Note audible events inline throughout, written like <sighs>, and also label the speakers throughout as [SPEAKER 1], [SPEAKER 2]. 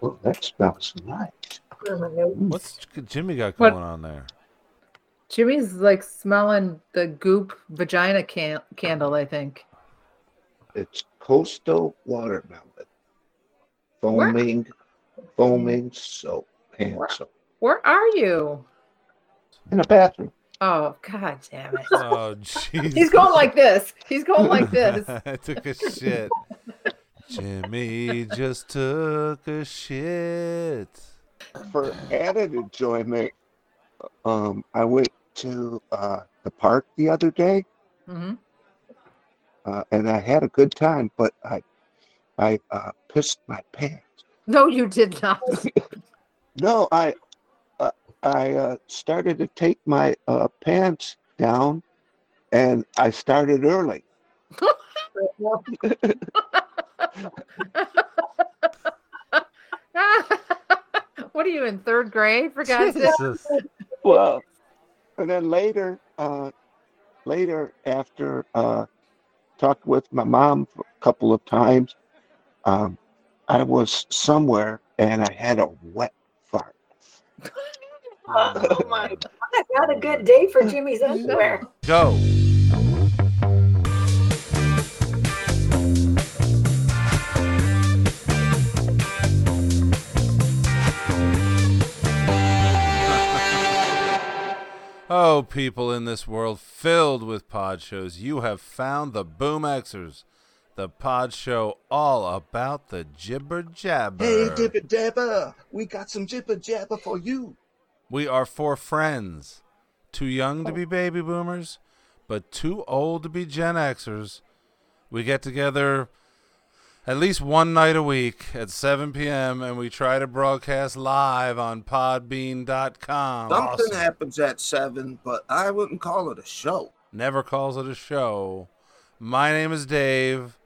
[SPEAKER 1] Well, that smells nice.
[SPEAKER 2] What's Jimmy got
[SPEAKER 3] What?
[SPEAKER 2] going on
[SPEAKER 3] <laughs>
[SPEAKER 2] there?
[SPEAKER 3] Jimmy's like smelling the goop vagina can- candle, I think.
[SPEAKER 1] It's coastal watermelon.
[SPEAKER 3] Where-
[SPEAKER 1] Foaming, foaming soap, hand
[SPEAKER 3] Where-
[SPEAKER 1] soap.
[SPEAKER 3] Where are you?
[SPEAKER 1] In the bathroom.
[SPEAKER 3] Oh, god damn it.
[SPEAKER 2] Oh, jeez.
[SPEAKER 3] He's going like this. He's going
[SPEAKER 2] <laughs>
[SPEAKER 3] like this.
[SPEAKER 2] I took a shit. Jimmy just took a shit.
[SPEAKER 1] For added enjoyment, um, I went to uh, the park the other day
[SPEAKER 3] hmm
[SPEAKER 1] uh, and I had a good time, but I, I uh, pissed my pants.
[SPEAKER 3] No, you did not. <laughs>
[SPEAKER 1] No, I, uh, I uh, started to take my uh, pants down, and I started early.
[SPEAKER 3] what are you in third grade? For God's sake.
[SPEAKER 2] Jesus.
[SPEAKER 1] Well, and then later, uh, later after uh, talked with my mom for a couple of times, um, I was somewhere and I had a wet
[SPEAKER 4] <laughs>
[SPEAKER 1] fart.
[SPEAKER 5] Oh my god, not a good day for Jimmy's underwear.
[SPEAKER 2] Go. <laughs> Oh, people in this world filled with pod shows, you have found the Boomxers, the pod show all about the jibber jabber.
[SPEAKER 4] Hey, Dipper Dabber, we got some Jipper Jabber for you.
[SPEAKER 2] We are four friends, too young to be baby boomers, but too old to be Gen Xers. We get together at least one night a week at 7 p.m. and we try to broadcast live on podbean.com.
[SPEAKER 4] Something
[SPEAKER 2] Awesome.
[SPEAKER 4] happens at 7, but I wouldn't call it a show.
[SPEAKER 2] Never calls it a show. My name is Dave.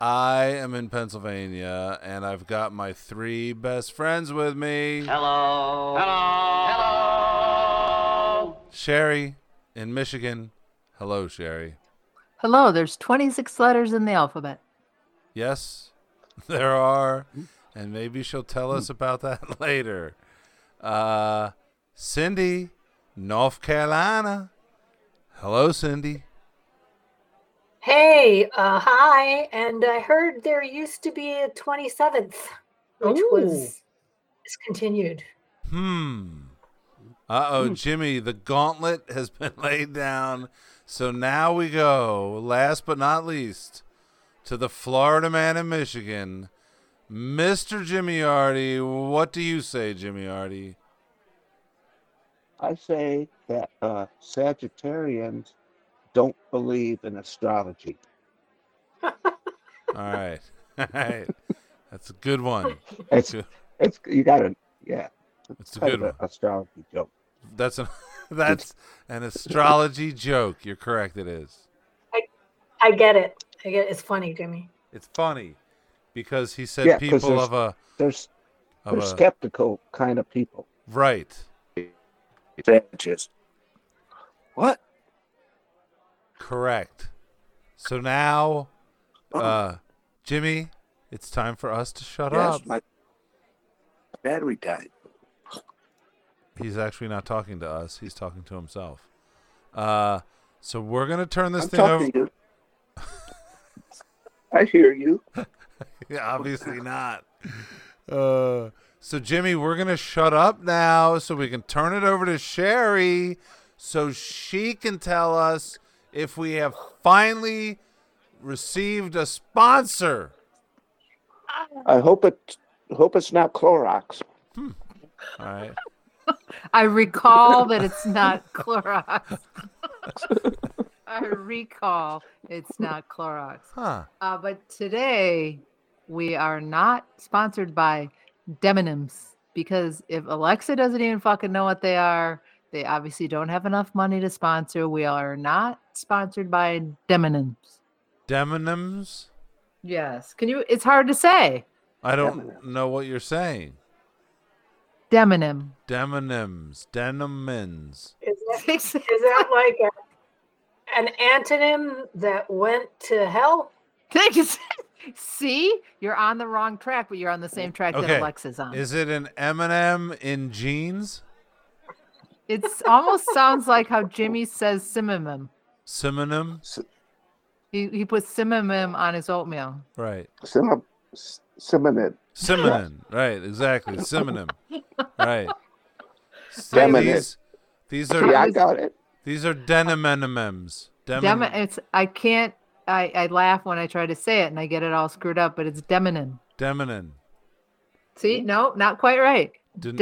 [SPEAKER 2] I am in Pennsylvania and I've got my three best friends with me.
[SPEAKER 6] Hello. Hello.
[SPEAKER 2] Sherry in Michigan. Hello, Sherry.
[SPEAKER 3] Hello, there's 26 letters in the alphabet.
[SPEAKER 2] Yes, <laughs> there are. And maybe she'll tell us about that <laughs> later. Uh, Cindy, North Carolina. Hello, Cindy.
[SPEAKER 5] Hey, uh, hi, and I heard there used to be a 27th, which was discontinued.
[SPEAKER 2] Hmm. Uh
[SPEAKER 1] Hmm.
[SPEAKER 2] oh, Jimmy, the gauntlet has been <laughs> laid down. So now we go, last but not least, to the Florida man in Michigan, Mr. Jimmy Artie. What do you say, Jimmy Artie?
[SPEAKER 1] I say that uh, Sagittarians don't believe in astrology.
[SPEAKER 2] All right. <laughs> All right. That's a good one.
[SPEAKER 1] It's,
[SPEAKER 2] Good.
[SPEAKER 1] it's you gotta yeah.
[SPEAKER 2] It's a
[SPEAKER 1] kind of
[SPEAKER 2] good one.
[SPEAKER 1] an astrology joke.
[SPEAKER 2] That's an <laughs> that's an astrology joke. You're correct. It is.
[SPEAKER 5] I get it. I get it. It's funny, Jimmy.
[SPEAKER 2] It's funny because he said
[SPEAKER 1] Yeah, 'cause
[SPEAKER 2] people
[SPEAKER 1] there's-
[SPEAKER 2] of a
[SPEAKER 1] There's
[SPEAKER 2] of
[SPEAKER 1] they're
[SPEAKER 2] a
[SPEAKER 1] skeptical kind of people.
[SPEAKER 2] right.
[SPEAKER 1] They're just what?
[SPEAKER 2] Correct. So now,
[SPEAKER 1] Uh-huh.
[SPEAKER 2] uh, Jimmy, it's time for us to
[SPEAKER 7] Oh,
[SPEAKER 2] shut
[SPEAKER 1] Yes,
[SPEAKER 2] up.
[SPEAKER 1] my battery died.
[SPEAKER 2] He's actually not talking to us. He's talking to himself. Uh, so we're gonna turn this
[SPEAKER 1] I'm
[SPEAKER 2] thing over.
[SPEAKER 1] talking to. I hear you.
[SPEAKER 2] <laughs> Yeah, obviously not. Uh, so Jimmy, we're gonna shut up now, so we can turn it over to Sherry, so she can tell us if we have finally received a sponsor.
[SPEAKER 1] I hope it. Hope it's not Clorox.
[SPEAKER 2] All right,
[SPEAKER 3] I recall that it's not <laughs> Clorox. I recall it's not Clorox.
[SPEAKER 2] huh?
[SPEAKER 3] Uh, but today we are not sponsored by Demonyms because if Alexa doesn't even fucking know what they are, they obviously don't have enough money to sponsor. We are not sponsored by Demonyms.
[SPEAKER 2] Demonyms.
[SPEAKER 3] Yes. Can you? It's hard to say.
[SPEAKER 2] I don't know what you're saying.
[SPEAKER 3] Demonym.
[SPEAKER 2] Demonyms, denomins.
[SPEAKER 5] Is that, is that like a, an antonym that went to hell?
[SPEAKER 3] Thank you. See, you're on the wrong track, but you're on the same track
[SPEAKER 2] Okay.
[SPEAKER 3] that Alexa's on.
[SPEAKER 2] Is it an Eminem in jeans?
[SPEAKER 3] It's almost sounds like how Jimmy says simimim.
[SPEAKER 2] Synonym?
[SPEAKER 3] He he puts simimim on his oatmeal.
[SPEAKER 2] Right.
[SPEAKER 7] Sim- Simonim.
[SPEAKER 3] <laughs>
[SPEAKER 2] Synonym. right, exactly. Synonym. Right. See,
[SPEAKER 7] Feminine.
[SPEAKER 2] these, these are
[SPEAKER 7] Yeah, I got it.
[SPEAKER 2] these are denim M&Ms. Denim.
[SPEAKER 3] Dem- it's I can't. I, I laugh when I try to say it and I get it all screwed up, but it's demonym.
[SPEAKER 2] Deminin.
[SPEAKER 3] See, no, not quite right.
[SPEAKER 2] Didn't-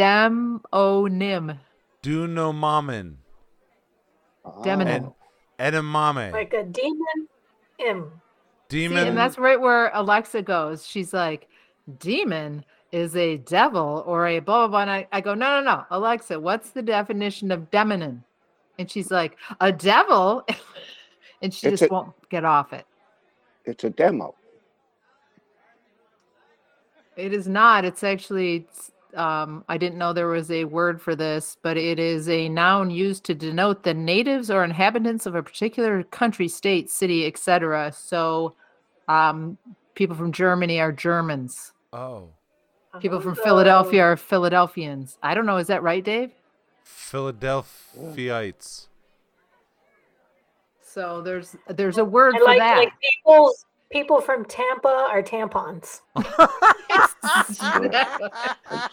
[SPEAKER 3] Demonym.
[SPEAKER 2] Do no mamin.
[SPEAKER 3] Demonym.
[SPEAKER 2] And
[SPEAKER 7] Oh,
[SPEAKER 2] edamame.
[SPEAKER 5] Like a demon M.
[SPEAKER 3] See,
[SPEAKER 2] Demon.
[SPEAKER 3] and that's right where Alexa goes. She's like, demon is a devil or a blah, blah, blah. And I, I go, no, no, no. Alexa, what's the definition of demonym? And she's like, a devil. <laughs> and she
[SPEAKER 7] It's
[SPEAKER 3] just
[SPEAKER 7] a-
[SPEAKER 3] won't get off it.
[SPEAKER 7] It's a demo.
[SPEAKER 3] It is not. It's actually, it's, um, I didn't know there was a word for this, but it is a noun used to denote the natives or inhabitants of a particular country, state, city, etc. So um, people from Germany are Germans.
[SPEAKER 2] oh.
[SPEAKER 3] People from
[SPEAKER 5] Oh.
[SPEAKER 3] Philadelphia are Philadelphians. I don't know. Is that right, Dave?
[SPEAKER 2] Philadelphiaites.
[SPEAKER 3] So there's there's a word
[SPEAKER 5] I
[SPEAKER 3] for
[SPEAKER 5] like
[SPEAKER 3] that.
[SPEAKER 5] like people's people from Tampa are tampons. <laughs>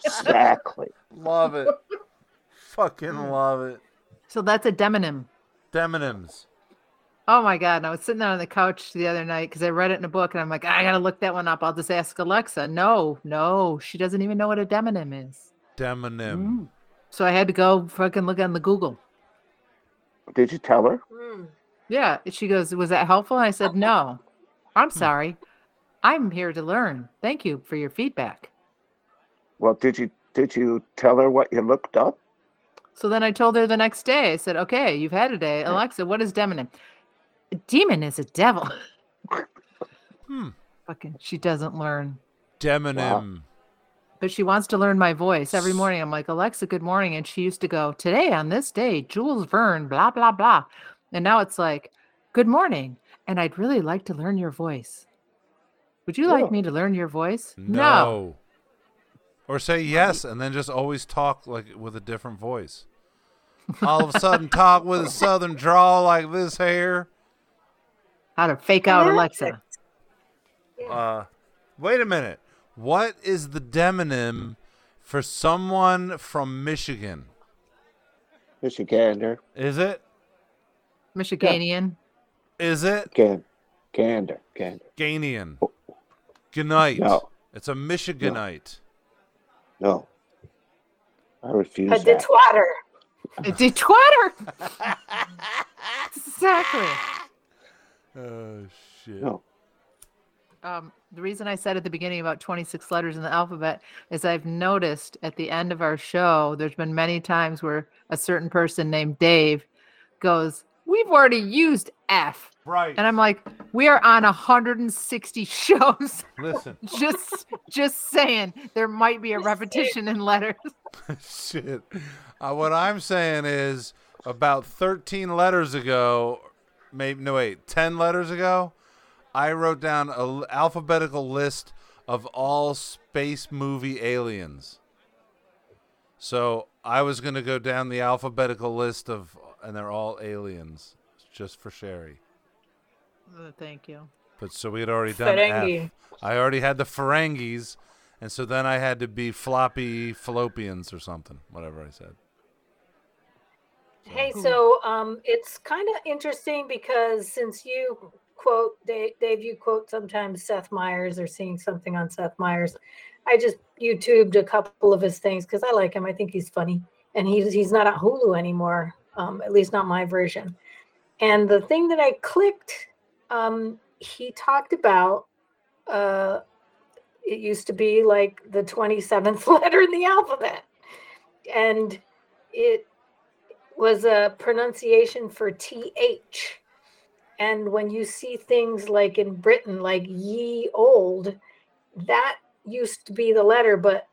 [SPEAKER 7] Exactly.
[SPEAKER 2] Love it. Fucking love it.
[SPEAKER 3] <laughs> so that's a demonym.
[SPEAKER 2] Demonyms.
[SPEAKER 3] Oh my God. And I was sitting there on the couch the other night because I read it in a book and I'm like, I got to look that one up. I'll just ask Alexa. No, no, she doesn't even know what a demonym is. Mm.
[SPEAKER 2] Demonym.
[SPEAKER 3] So I had to go fucking look on the Google.
[SPEAKER 7] Did you tell her?
[SPEAKER 5] Mm.
[SPEAKER 3] Yeah. She goes, Was that helpful? And I said, No, I'm sorry. I'm here to learn. Thank you for your feedback.
[SPEAKER 7] Well, did you did you tell her what you looked up?
[SPEAKER 3] So then I told her the next day, I said, okay, you've had a day. Alexa, what is demonym? A demon is a devil.
[SPEAKER 2] Hmm.
[SPEAKER 3] Fucking, she doesn't learn,
[SPEAKER 2] Demonym.
[SPEAKER 3] but she wants to learn my voice every morning. I'm like, Alexa, good morning. And she used to go, today on this day, Jules Verne, blah, blah, blah. And now it's like, good morning. And I'd really like to learn your voice. Would you
[SPEAKER 7] Yeah.
[SPEAKER 3] like me to learn your voice?
[SPEAKER 2] No. Or say yes and then just always talk like with a different voice. All of a sudden talk with a southern drawl like this here.
[SPEAKER 3] How to fake out Alexa.
[SPEAKER 5] Perfect. Yeah.
[SPEAKER 2] Uh wait a minute. What is the demonym for someone from Michigan?
[SPEAKER 7] Michigander,
[SPEAKER 2] Is it?
[SPEAKER 3] Michiganian.
[SPEAKER 2] Is it?
[SPEAKER 7] Gander, Gander, Gander.
[SPEAKER 2] Ganian. Gunite.
[SPEAKER 7] No.
[SPEAKER 2] It's a Michiganite.
[SPEAKER 7] No, I refuse
[SPEAKER 5] A
[SPEAKER 7] that.
[SPEAKER 5] detwatter.
[SPEAKER 3] A <laughs> detwatter. exactly.
[SPEAKER 2] Oh shit.
[SPEAKER 7] No,
[SPEAKER 3] Um, the reason I said at the beginning about 26 letters in the alphabet is I've noticed at the end of our show, there's been many times where a certain person named Dave goes, We've already used F.
[SPEAKER 2] Right.
[SPEAKER 3] And I'm like, We are on 160 <laughs> shows.
[SPEAKER 2] Listen.
[SPEAKER 3] just just saying there might be a repetition in letters.
[SPEAKER 2] Shit. Uh, what I'm saying is about 13 letters ago, maybe, no, wait, 10 letters ago, I wrote down an alphabetical list of all space movie aliens. So I was going to go down the alphabetical list of, and they're all aliens, just for Sherry.
[SPEAKER 3] Uh, Thank you.
[SPEAKER 2] But so we had already done
[SPEAKER 5] Ferengi.
[SPEAKER 2] F. I already had the Ferengis, and so then I had to be floppy fallopians or something, whatever I said.
[SPEAKER 5] Hey, so um, it's kind of interesting because since you quote Dave, Dave, you quote sometimes Seth Meyers or seeing something on Seth Meyers. I just YouTubed a couple of his things because I like him. I think he's funny, and he's he's not on Hulu anymore, um, at least not my version. And the thing that I clicked, um, he talked about. Uh, it used to be like the twenty seventh <laughs> letter in the alphabet, and it was a pronunciation for th and when you see things like in britain like ye old that used to be the letter but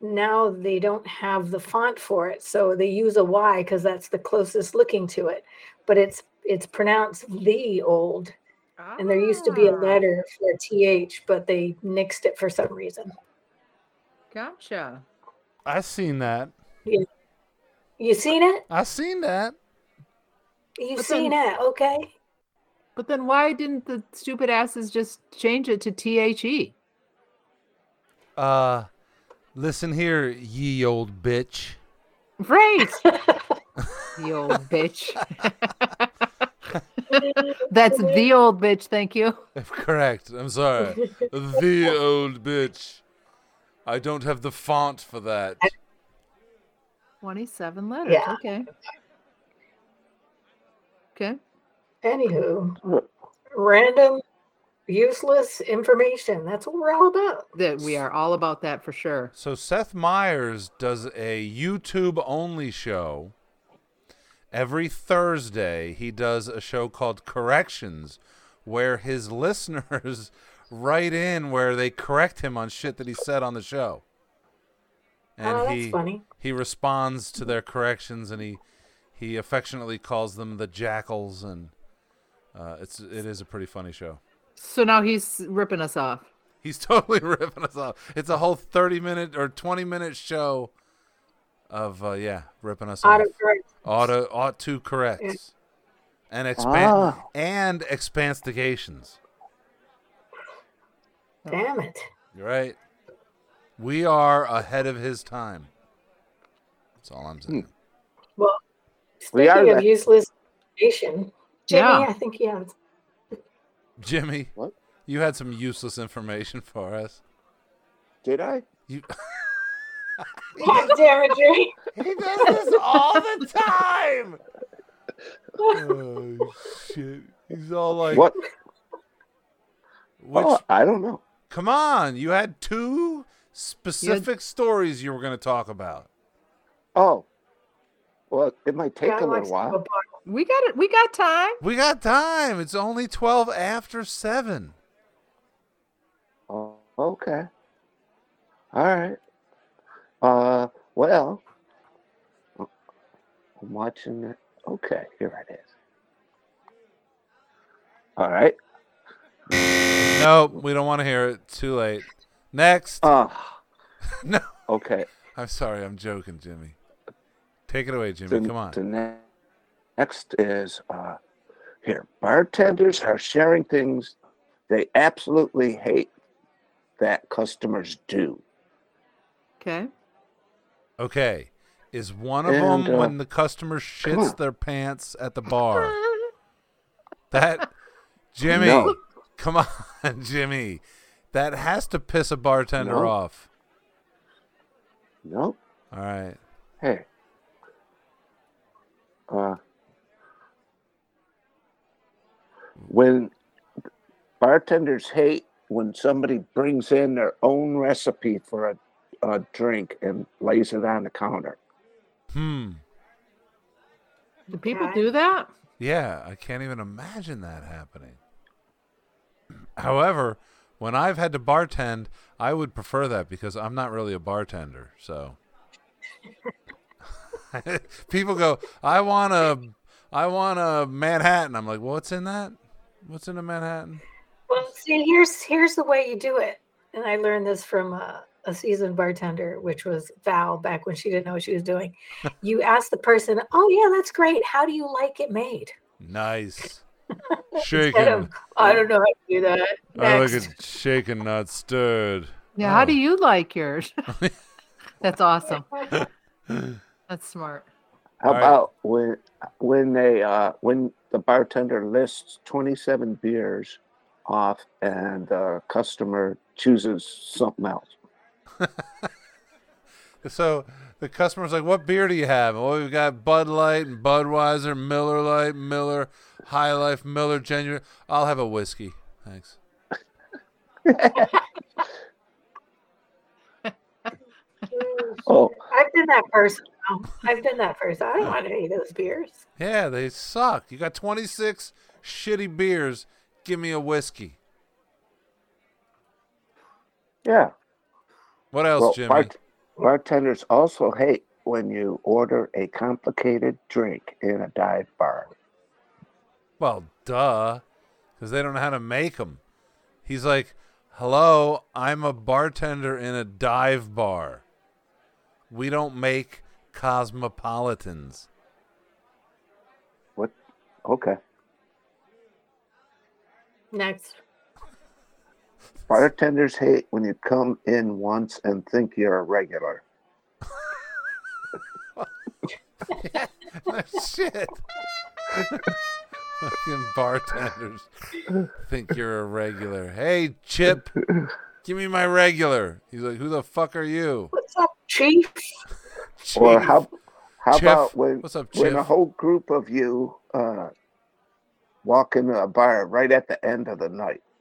[SPEAKER 5] now they don't have the font for it so they use a y because that's the closest looking to it but it's it's pronounced the old And there used to be a
[SPEAKER 3] Ah,
[SPEAKER 5] letter for TH, but they nixed it for some reason.
[SPEAKER 3] Gotcha.
[SPEAKER 2] I seen that.
[SPEAKER 5] You seen it?
[SPEAKER 2] I seen that.
[SPEAKER 5] You've
[SPEAKER 3] But
[SPEAKER 5] seen
[SPEAKER 3] then-
[SPEAKER 5] it. Okay.
[SPEAKER 3] But then why didn't the stupid asses just change it to T H E?
[SPEAKER 2] Uh, listen here, ye old bitch. <laughs>
[SPEAKER 5] <laughs>
[SPEAKER 3] Right. the old bitch. That's the old bitch. Thank you.
[SPEAKER 2] Correct.
[SPEAKER 5] <laughs>
[SPEAKER 2] I'm sorry. the old bitch. I don't have the font for that.
[SPEAKER 3] 27 letters.
[SPEAKER 5] Yeah.
[SPEAKER 3] Okay. Okay.
[SPEAKER 5] Anywho, random, useless information. That's what we're all about.
[SPEAKER 3] That we are all about that for sure.
[SPEAKER 2] So Seth Meyers does a YouTube only show. Every Thursday, he does a show called Corrections, where his <laughs> listeners write in where they correct him on shit that he said on the show. And
[SPEAKER 5] oh, that's
[SPEAKER 2] he
[SPEAKER 5] funny.
[SPEAKER 2] he responds to their corrections, and he he affectionately calls them the jackals, and uh, it's it is a pretty funny show.
[SPEAKER 3] So now he's ripping us off.
[SPEAKER 2] He's <laughs> totally ripping us off. It's a whole thirty minute or twenty minute show of uh, yeah, ripping us off.
[SPEAKER 5] Autocorrect.
[SPEAKER 2] Auto ought to corrects and expand
[SPEAKER 1] Ah.
[SPEAKER 2] and expanstigations.
[SPEAKER 5] Damn it.
[SPEAKER 2] You're right. We are ahead of his time. That's all I'm saying.
[SPEAKER 1] Hmm.
[SPEAKER 5] Well,
[SPEAKER 1] We are
[SPEAKER 5] speaking of
[SPEAKER 1] back.
[SPEAKER 5] useless information, Jimmy,
[SPEAKER 3] Yeah.
[SPEAKER 5] I think you have
[SPEAKER 2] Jimmy,
[SPEAKER 1] What?
[SPEAKER 2] you had some useless information <laughs> for us.
[SPEAKER 1] Did I?
[SPEAKER 2] You
[SPEAKER 5] <laughs> God damn it, Jimmy.
[SPEAKER 2] He does
[SPEAKER 5] <laughs>
[SPEAKER 2] this all the time. oh shit. He's all like
[SPEAKER 1] What?
[SPEAKER 2] Which
[SPEAKER 1] oh, I don't know.
[SPEAKER 2] Come on, you had two specific stories you were going to talk about.
[SPEAKER 1] Oh, well, it might take
[SPEAKER 5] God
[SPEAKER 1] a little
[SPEAKER 5] likes to go
[SPEAKER 1] while.
[SPEAKER 5] bar-
[SPEAKER 3] We got it. We got time.
[SPEAKER 2] We got time. It's only 12 after 7.
[SPEAKER 1] Oh, okay. All right. Uh, well, I'm watching it. Okay, here it is. All right.
[SPEAKER 2] Nope, we don't want to hear it. Too late. Next.
[SPEAKER 1] Uh,
[SPEAKER 2] <laughs> no.
[SPEAKER 1] okay.
[SPEAKER 2] I'm sorry. I'm joking, Jimmy. Take it away, Jimmy.
[SPEAKER 1] The,
[SPEAKER 2] Come on.
[SPEAKER 1] the ne- next is uh, here. Bartenders are sharing things they absolutely hate that customers do.
[SPEAKER 3] Okay.
[SPEAKER 2] Okay. Is one of
[SPEAKER 1] And,
[SPEAKER 2] them
[SPEAKER 1] uh,
[SPEAKER 2] when the customer shits
[SPEAKER 1] on.
[SPEAKER 2] their pants at the bar? That Jimmy,
[SPEAKER 1] No.
[SPEAKER 2] come on, <laughs> Jimmy. That has to piss a bartender
[SPEAKER 1] No.
[SPEAKER 2] off.
[SPEAKER 1] Nope.
[SPEAKER 2] All right.
[SPEAKER 1] Hey. Uh, when bartenders hate when somebody brings in their own recipe for a, a drink and lays it on the counter.
[SPEAKER 2] Hmm.
[SPEAKER 3] Do people
[SPEAKER 5] Okay.
[SPEAKER 3] do that?
[SPEAKER 2] Yeah, I can't even imagine that happening. However, when I've had to bartend, I would prefer that because I'm not really a bartender. So <laughs> people go, "I want a, I want a Manhattan." I'm like, well, "What's in that? What's in a Manhattan?"
[SPEAKER 5] Well, see, here's here's the way you do it, and I learned this from a, a seasoned bartender, which was Val back when she didn't know what she was doing.
[SPEAKER 2] <laughs>
[SPEAKER 5] you ask the person, "Oh yeah, that's great. How do you like it made?"
[SPEAKER 2] Nice
[SPEAKER 5] <laughs> Instead
[SPEAKER 2] shaken.
[SPEAKER 5] of, "I don't know how to do that."
[SPEAKER 2] I like
[SPEAKER 5] Next,
[SPEAKER 2] it shaken, not stirred.
[SPEAKER 3] Yeah. How do
[SPEAKER 2] Oh.
[SPEAKER 3] you like yours? That's awesome. That's smart.
[SPEAKER 1] How
[SPEAKER 2] All right.
[SPEAKER 1] about when when they uh, when the bartender lists twenty seven beers off and the customer chooses something else?
[SPEAKER 2] So the customer's like, "What beer do you have?" Well, we've got Bud Light and Budweiser, Miller Light, Miller High Life, Miller Genuine. I'll have a whiskey, thanks. <laughs>
[SPEAKER 1] Oh,
[SPEAKER 5] I've been that person. Now. Oh, I've been that person. I don't want any of those beers.
[SPEAKER 2] Yeah, they suck. You got 26 shitty beers. Give me a whiskey.
[SPEAKER 1] yeah.
[SPEAKER 2] What else,
[SPEAKER 1] well,
[SPEAKER 2] Jimmy?
[SPEAKER 1] bart- bartenders also hate when you order a complicated drink in a dive bar.
[SPEAKER 2] well, duh. 'Cause because they don't know how to make them. He's like, "Hello, I'm a bartender in a dive bar. We don't make cosmopolitans." <laughs>
[SPEAKER 1] What? Okay.
[SPEAKER 5] Next.
[SPEAKER 1] Bartenders hate when you come in once and think you're a regular.
[SPEAKER 2] Shit. Fucking bartenders think you're a regular. Hey, Chip, give me my regular. He's like, "Who the fuck are you?"
[SPEAKER 5] What's up, Chief?
[SPEAKER 1] Or
[SPEAKER 2] Chief.
[SPEAKER 1] how? How
[SPEAKER 2] Chief.
[SPEAKER 1] about when
[SPEAKER 2] What's up,
[SPEAKER 1] when
[SPEAKER 2] Chief?
[SPEAKER 1] a whole group of you uh, walk into a bar right at the end of the night? <laughs>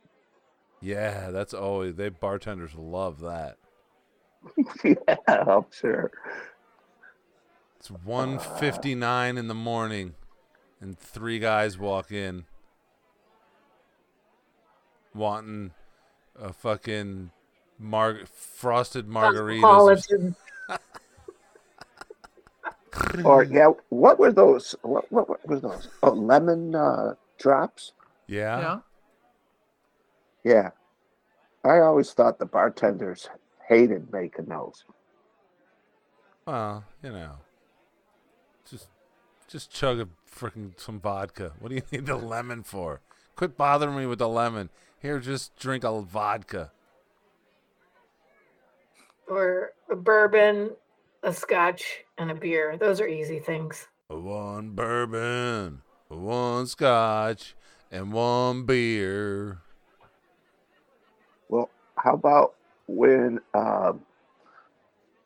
[SPEAKER 2] Yeah, that's always they bartenders love that.
[SPEAKER 1] yeah, I'm sure.
[SPEAKER 2] It's 1:59 in the morning and three guys walk in wanting a fucking mar- frosted margaritas.
[SPEAKER 5] Cosmopolitan.
[SPEAKER 1] Or yeah, what were those? What what, what were those? Oh, lemon uh, drops.
[SPEAKER 2] Yeah.
[SPEAKER 3] yeah.
[SPEAKER 1] Yeah, I always thought the bartenders hated making those.
[SPEAKER 2] Well, you know. Just just chug a freaking some vodka. What do you <laughs> need the lemon for? Quit bothering me with the lemon. Here just drink a vodka.
[SPEAKER 5] Or a bourbon, a scotch, and a beer. Those are easy things.
[SPEAKER 2] One bourbon, one scotch, and one beer.
[SPEAKER 1] Well, how about when um,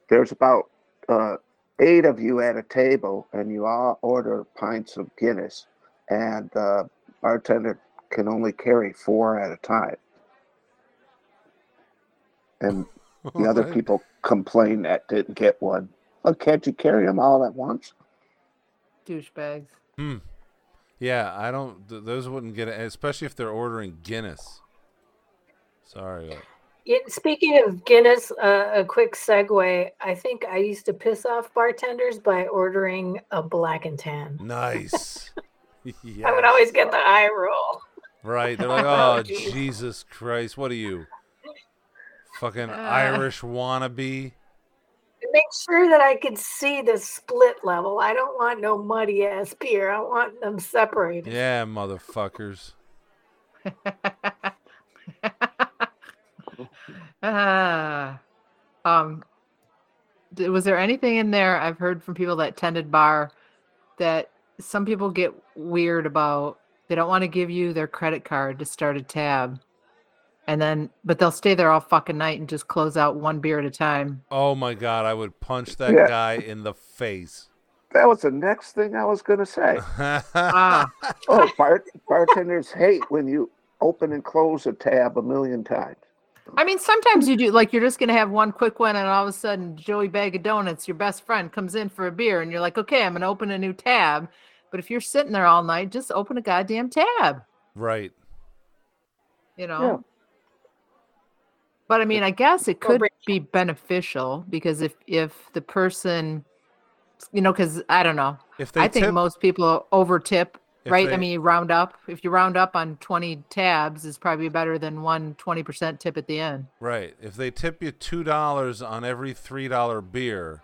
[SPEAKER 1] there's about uh, eight of you at a table and you all order pints of Guinness, and the bartender can only carry four at a time, and
[SPEAKER 2] <laughs>
[SPEAKER 1] the other
[SPEAKER 2] Alright.
[SPEAKER 1] people complain that didn't get one. Oh, can't you carry them all at once?
[SPEAKER 3] Douchebags.
[SPEAKER 2] Yeah, I don't. Th- those wouldn't get it, especially if they're ordering Guinness. Sorry. like-
[SPEAKER 5] Yeah, Speaking of Guinness, uh, a quick segue. I think I used to piss off bartenders by ordering a black and tan.
[SPEAKER 2] Nice. <laughs>
[SPEAKER 5] I
[SPEAKER 2] Yes.
[SPEAKER 5] would always get the eye roll.
[SPEAKER 2] Right.
[SPEAKER 3] <laughs>
[SPEAKER 2] They're like,
[SPEAKER 5] Oh,
[SPEAKER 2] oh,
[SPEAKER 5] geez."
[SPEAKER 2] Jesus Christ. What are you? Fucking
[SPEAKER 3] Uh.
[SPEAKER 2] Irish wannabe?
[SPEAKER 5] And Make sure that I could see the split level. I don't want no muddy ass beer. I want them separated.
[SPEAKER 2] Yeah, motherfuckers.
[SPEAKER 3] <laughs> Ah. um, th- was there anything in there I've heard from people that tended bar that some people get weird about? They don't want to give you their credit card to start a tab, and then but they'll stay there all fucking night and just close out one beer at a time.
[SPEAKER 2] Oh my God. I would punch that
[SPEAKER 1] Yeah.
[SPEAKER 2] guy in the face. <laughs>
[SPEAKER 1] That was the next thing I was going to say.
[SPEAKER 3] Ah,
[SPEAKER 1] Oh, bar- bartenders hate when you open and close a tab a million times.
[SPEAKER 3] I mean, sometimes you do like you're just gonna have one quick one, and all of a sudden, Joey Bag of Donuts, your best friend, comes in for a beer, and you're like, okay, I'm gonna open a new tab. But if you're sitting there all night, just open a goddamn tab,
[SPEAKER 2] right.
[SPEAKER 3] you know. But I mean, I guess it
[SPEAKER 5] Or
[SPEAKER 3] could
[SPEAKER 5] bring-
[SPEAKER 3] be beneficial because if if the person, you know, because I don't know,
[SPEAKER 2] If they
[SPEAKER 3] I think
[SPEAKER 2] tip,
[SPEAKER 3] most people over tip,
[SPEAKER 2] if
[SPEAKER 3] right? I
[SPEAKER 2] they-
[SPEAKER 3] mean, you round up. If you round up on 20 tabs, is probably better than one 20% tip at the end.
[SPEAKER 2] Right. If they tip you two dollars on every three dollar beer,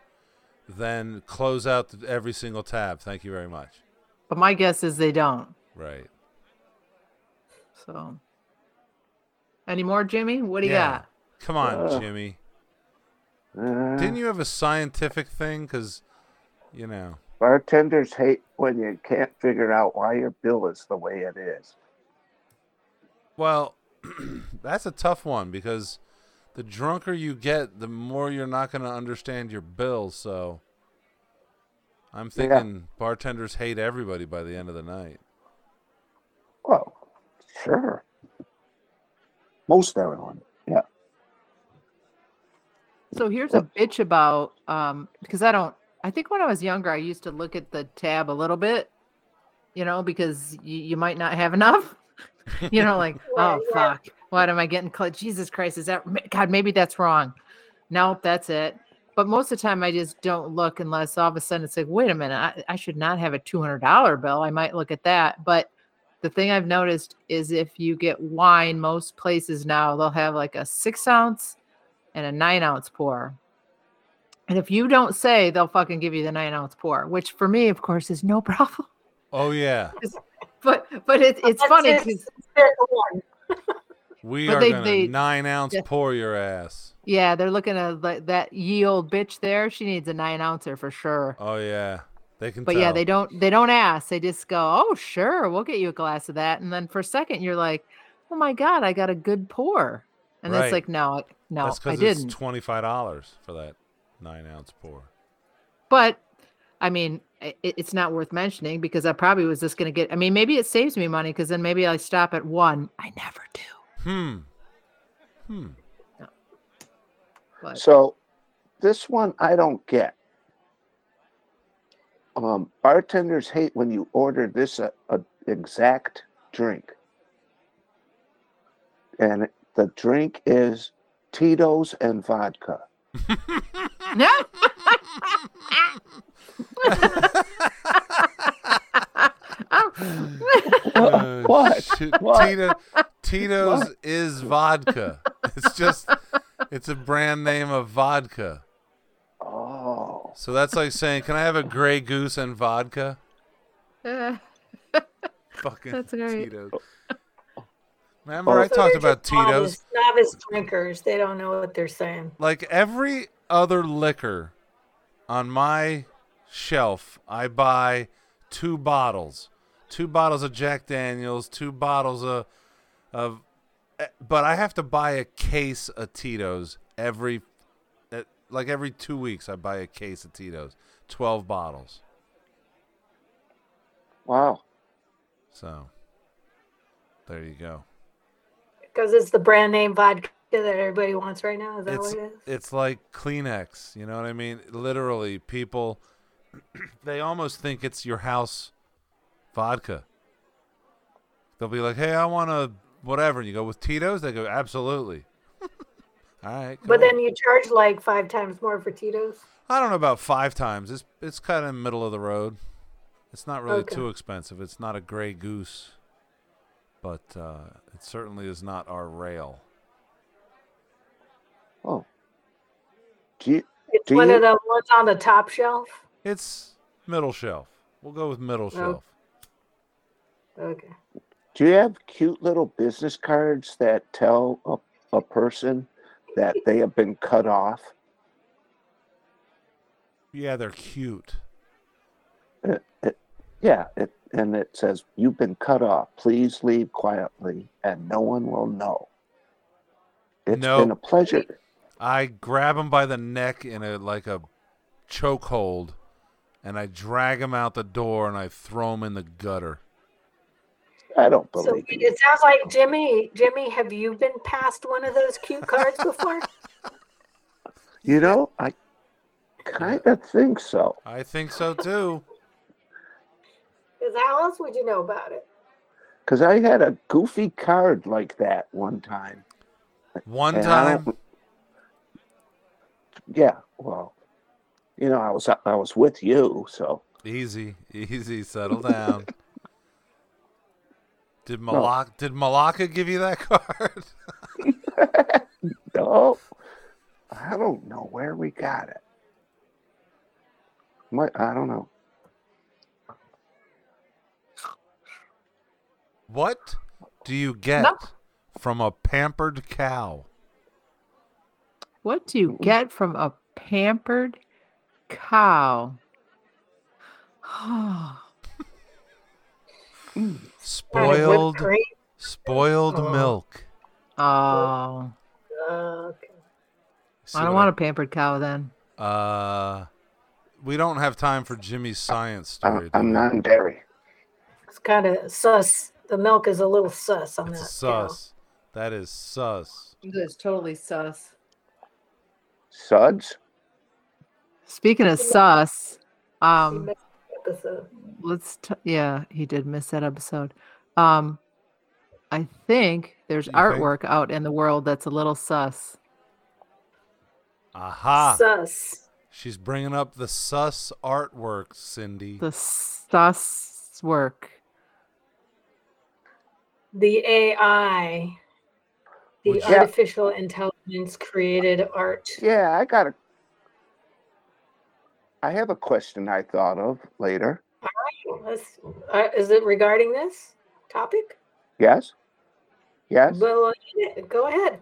[SPEAKER 2] then close out th- every single tab. Thank you very much.
[SPEAKER 3] But my guess is they don't.
[SPEAKER 2] Right.
[SPEAKER 3] So, any more, Jimmy? What do you
[SPEAKER 2] Yeah.
[SPEAKER 3] got?
[SPEAKER 2] Come on,
[SPEAKER 1] Ugh.
[SPEAKER 2] Jimmy.
[SPEAKER 1] Uh,
[SPEAKER 2] Didn't you have a scientific thing? Because, you know,
[SPEAKER 1] bartenders hate when you can't figure out why your bill is the way it is.
[SPEAKER 2] well, <clears throat> that's a tough one because the drunker you get, the more you're not going to understand your bill. So, I'm
[SPEAKER 1] Yeah.
[SPEAKER 2] thinking bartenders hate everybody by the end of the night.
[SPEAKER 1] Well, sure. Most everyone. Yeah.
[SPEAKER 3] So here's a bitch about um because I don't. I think when I was younger, I used to look at the tab a little bit, you know, because you, you might not have enough. <laughs> you know, like
[SPEAKER 5] <laughs> Right,
[SPEAKER 3] oh
[SPEAKER 5] yeah.
[SPEAKER 3] fuck, what am I getting? cl- Jesus Christ, is that God? Maybe that's wrong. Nope, that's it. But most of the time, I just don't look unless all of a sudden it's like, wait a minute, I, I should not have a two hundred dollar bill. I might look at that, but the thing I've noticed is if you get wine, most places now they'll have like a six ounce and a nine ounce pour. And if you don't say, they'll fucking give you the nine ounce pour, which for me, of course, is no <laughs> problem.
[SPEAKER 2] Oh yeah,
[SPEAKER 3] But but it, it's
[SPEAKER 5] That's
[SPEAKER 3] funny
[SPEAKER 5] just-
[SPEAKER 3] 'cause-
[SPEAKER 5] There's the one.
[SPEAKER 2] we
[SPEAKER 3] But
[SPEAKER 2] are
[SPEAKER 3] they-
[SPEAKER 2] gonna
[SPEAKER 3] they-
[SPEAKER 2] nine ounce
[SPEAKER 3] yeah.
[SPEAKER 2] pour your ass.
[SPEAKER 3] yeah, they're looking at like, that ye old bitch there. She needs a nine ouncer for sure.
[SPEAKER 2] Oh yeah, they can.
[SPEAKER 3] But
[SPEAKER 2] tell.
[SPEAKER 3] yeah, they don't they don't ask. They just go, "Oh, sure, we'll get you a glass of that." And then for a second, you're like, "Oh my god, I got a good pour," and
[SPEAKER 2] Right.
[SPEAKER 3] it's like, "No, I- no,
[SPEAKER 2] That's
[SPEAKER 3] I
[SPEAKER 2] because it's
[SPEAKER 3] didn't."
[SPEAKER 2] twenty five dollars for that nine ounce pour.
[SPEAKER 3] but I mean, i i- it's not worth mentioning because I probably was just going to get. I mean, maybe it saves me money because then maybe I stop at one. I never do.
[SPEAKER 2] Hmm. <laughs> Hmm.
[SPEAKER 3] But
[SPEAKER 1] So this one I don't get. Um, bartenders hate when you order this uh, uh, exact drink. And the drink is Tito's and vodka.
[SPEAKER 3] <laughs> no, <laughs> Oh,
[SPEAKER 1] What?
[SPEAKER 2] <laughs>
[SPEAKER 1] What?
[SPEAKER 2] Uh, Shit,
[SPEAKER 1] What?
[SPEAKER 2] Tito, Tito's is vodka. It's just, it's a brand name of vodka.
[SPEAKER 1] Oh,
[SPEAKER 2] So that's like saying, "Can I have a Grey Goose and vodka?"
[SPEAKER 3] Uh,
[SPEAKER 2] Fucking
[SPEAKER 3] That's great.
[SPEAKER 2] Tito's. Remember, I
[SPEAKER 5] So
[SPEAKER 2] talked
[SPEAKER 5] they're
[SPEAKER 2] about
[SPEAKER 5] just
[SPEAKER 2] Tito's.
[SPEAKER 5] Novice, novice drinkers, they don't know what they're saying.
[SPEAKER 2] like every other liquor on my shelf, I buy two bottles, two bottles of Jack Daniels, two bottles of, of, eh, but I have to buy a case of Tito's every, eh, like every two weeks, I buy a case of Tito's, twelve bottles.
[SPEAKER 1] wow.
[SPEAKER 2] So, there you go.
[SPEAKER 5] Because it's the brand name vodka that everybody wants right now. Is that
[SPEAKER 2] it's
[SPEAKER 5] what it is?
[SPEAKER 2] it's like Kleenex. You know what I mean? Literally, people <clears throat> they almost think it's your house vodka. They'll be like, "Hey, I want a whatever," and you go with Tito's. They go, "Absolutely." <laughs> All right,
[SPEAKER 5] But
[SPEAKER 2] cool.
[SPEAKER 5] then you charge like five times more for Tito's.
[SPEAKER 2] I don't know about five times. It's it's kind of middle of the road. It's not really
[SPEAKER 5] Okay.
[SPEAKER 2] too expensive. It's not a Grey Goose, but uh, it certainly is not our rail.
[SPEAKER 1] Oh. Do you,
[SPEAKER 5] It's
[SPEAKER 1] Do
[SPEAKER 5] one
[SPEAKER 1] you-
[SPEAKER 5] of the ones on the top shelf.
[SPEAKER 2] It's middle shelf. We'll go with middle shelf.
[SPEAKER 5] Okay.
[SPEAKER 1] do you have cute little business cards that tell a, a person that they have been cut off?
[SPEAKER 2] Yeah, they're cute.
[SPEAKER 1] Yeah, it, and it says, You've been cut off. Please leave quietly, and no one will know. It's
[SPEAKER 2] No.
[SPEAKER 1] been a pleasure.
[SPEAKER 2] I grab him by the neck in a like a chokehold, and I drag him out the door and I throw him in the gutter.
[SPEAKER 1] I don't
[SPEAKER 5] So
[SPEAKER 1] believe you.
[SPEAKER 5] it sounds like Jimmy. Jimmy, have you been passed one of those cute cards before? <laughs>
[SPEAKER 1] You know, I kind of think so.
[SPEAKER 2] I think so too.
[SPEAKER 5] Because how else would you know about it?
[SPEAKER 1] Because I had a goofy card like that one time.
[SPEAKER 2] One
[SPEAKER 1] and I
[SPEAKER 2] time,
[SPEAKER 1] don't- Yeah, well, you know, I was I was with you, so
[SPEAKER 2] easy, easy, settle down. Did Malak did Malaka give you that <laughs> card?
[SPEAKER 1] Oh, I don't know where we got it. My, I don't know.
[SPEAKER 2] what do you get
[SPEAKER 3] Nope.
[SPEAKER 2] from a pampered cow?
[SPEAKER 3] what do you get from a pampered cow? <sighs> Oh,
[SPEAKER 5] Kind of whipped
[SPEAKER 2] Spoiled,
[SPEAKER 5] cream?
[SPEAKER 2] spoiled
[SPEAKER 5] Oh.
[SPEAKER 2] milk.
[SPEAKER 3] oh,
[SPEAKER 5] Uh, okay.
[SPEAKER 3] I don't want a pampered cow then.
[SPEAKER 2] to. Uh, we don't have time for Jimmy's science
[SPEAKER 1] I,
[SPEAKER 2] story. do
[SPEAKER 1] uh, I'm
[SPEAKER 2] we?
[SPEAKER 1] non dairy.
[SPEAKER 5] It's kind of sus. The milk is a little sus on
[SPEAKER 2] It's
[SPEAKER 5] that. cow.
[SPEAKER 2] sus. That is sus.
[SPEAKER 3] That's totally sus.
[SPEAKER 1] Suds?
[SPEAKER 3] Speaking of sus,
[SPEAKER 5] You
[SPEAKER 3] um,
[SPEAKER 5] missed the episode.
[SPEAKER 3] let's t- yeah he did miss that episode um i think there's
[SPEAKER 2] You think?
[SPEAKER 3] artwork out in the world that's a little sus
[SPEAKER 2] Aha!
[SPEAKER 5] Sus.
[SPEAKER 2] She's bringing up the sus artwork, Cindy.
[SPEAKER 3] the sus work
[SPEAKER 5] the AI, the
[SPEAKER 2] Which-
[SPEAKER 1] Yeah.
[SPEAKER 5] artificial intelligence created art.
[SPEAKER 1] Yeah, I got a. I have a question I thought of later.
[SPEAKER 5] Let's- uh, is it regarding this topic?
[SPEAKER 1] Yes? Yes?
[SPEAKER 5] Well, yeah, go ahead.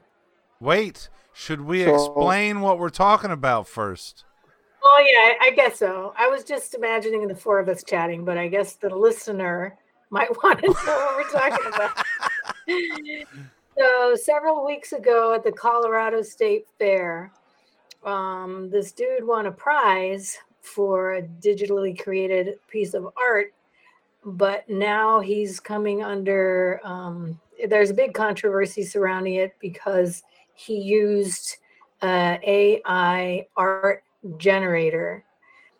[SPEAKER 2] Wait, should we
[SPEAKER 1] So-
[SPEAKER 2] explain what we're talking about first?
[SPEAKER 5] Oh yeah, I I guess so. I was just imagining the four of us chatting, but I guess the listener <laughs> might want to know what we're talking about. so several weeks ago at the Colorado State Fair, um, this dude won a prize for a digitally created piece of art, but now he's coming under. Um, there's a big controversy surrounding it because he used uh, AI art generator,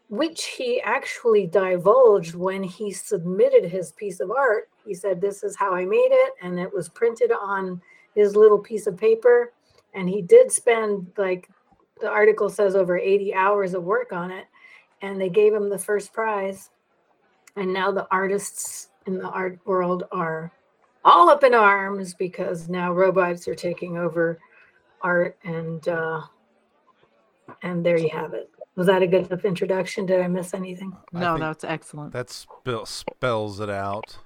[SPEAKER 5] which he actually divulged when he submitted his piece of art. He said, This is how I made it. And it was printed on his little piece of paper. And he did spend, like the article says, over 80 hours of work on it. And they gave him the first prize. And now the artists in the art world are all up in arms because now robots are taking over art and uh, and there you have it. Was that a good enough introduction? Did I miss anything?
[SPEAKER 2] I
[SPEAKER 3] No,
[SPEAKER 2] think
[SPEAKER 3] no, it's excellent.
[SPEAKER 2] That spell, spells it out.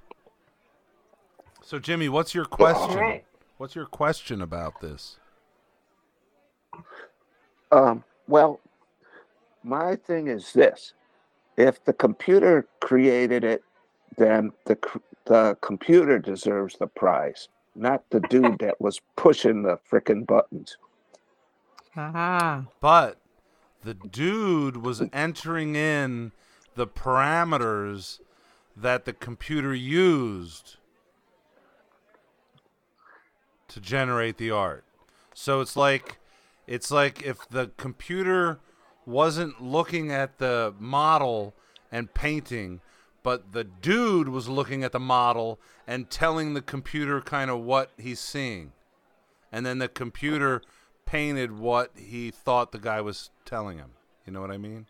[SPEAKER 2] So, Jimmy, what's your question?
[SPEAKER 5] All right.
[SPEAKER 2] What's your question about this?
[SPEAKER 1] Um, well, my thing is this: if the computer created it, then the cr- the computer deserves the prize, not the dude that was pushing the frickin' buttons.
[SPEAKER 3] Ah,
[SPEAKER 2] But the dude was entering in the parameters that the computer used to generate the art. So it's like it's like if the computer wasn't looking at the model and painting, but the dude was looking at the model and telling the computer kind of what he's seeing. And then the computer painted what he thought the guy was telling him. You know what I mean?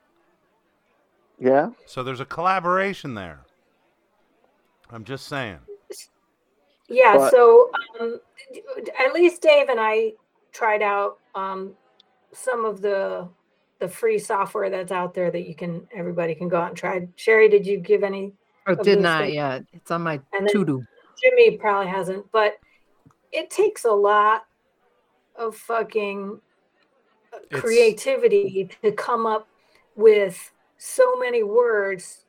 [SPEAKER 1] Yeah,
[SPEAKER 2] So there's a collaboration there. I'm just saying.
[SPEAKER 5] Yeah.
[SPEAKER 1] But-
[SPEAKER 5] so um, at least Dave and I tried out um, some of the the free software that's out there that you can everybody can go out and try. Sherry, did you give any?
[SPEAKER 3] I
[SPEAKER 5] Of
[SPEAKER 3] did
[SPEAKER 5] these
[SPEAKER 3] not
[SPEAKER 5] things.
[SPEAKER 3] yet. It's on my
[SPEAKER 5] And then-
[SPEAKER 3] to do.
[SPEAKER 5] Jimmy probably hasn't, but it takes a lot of fucking
[SPEAKER 2] It's-
[SPEAKER 5] creativity to come up with so many words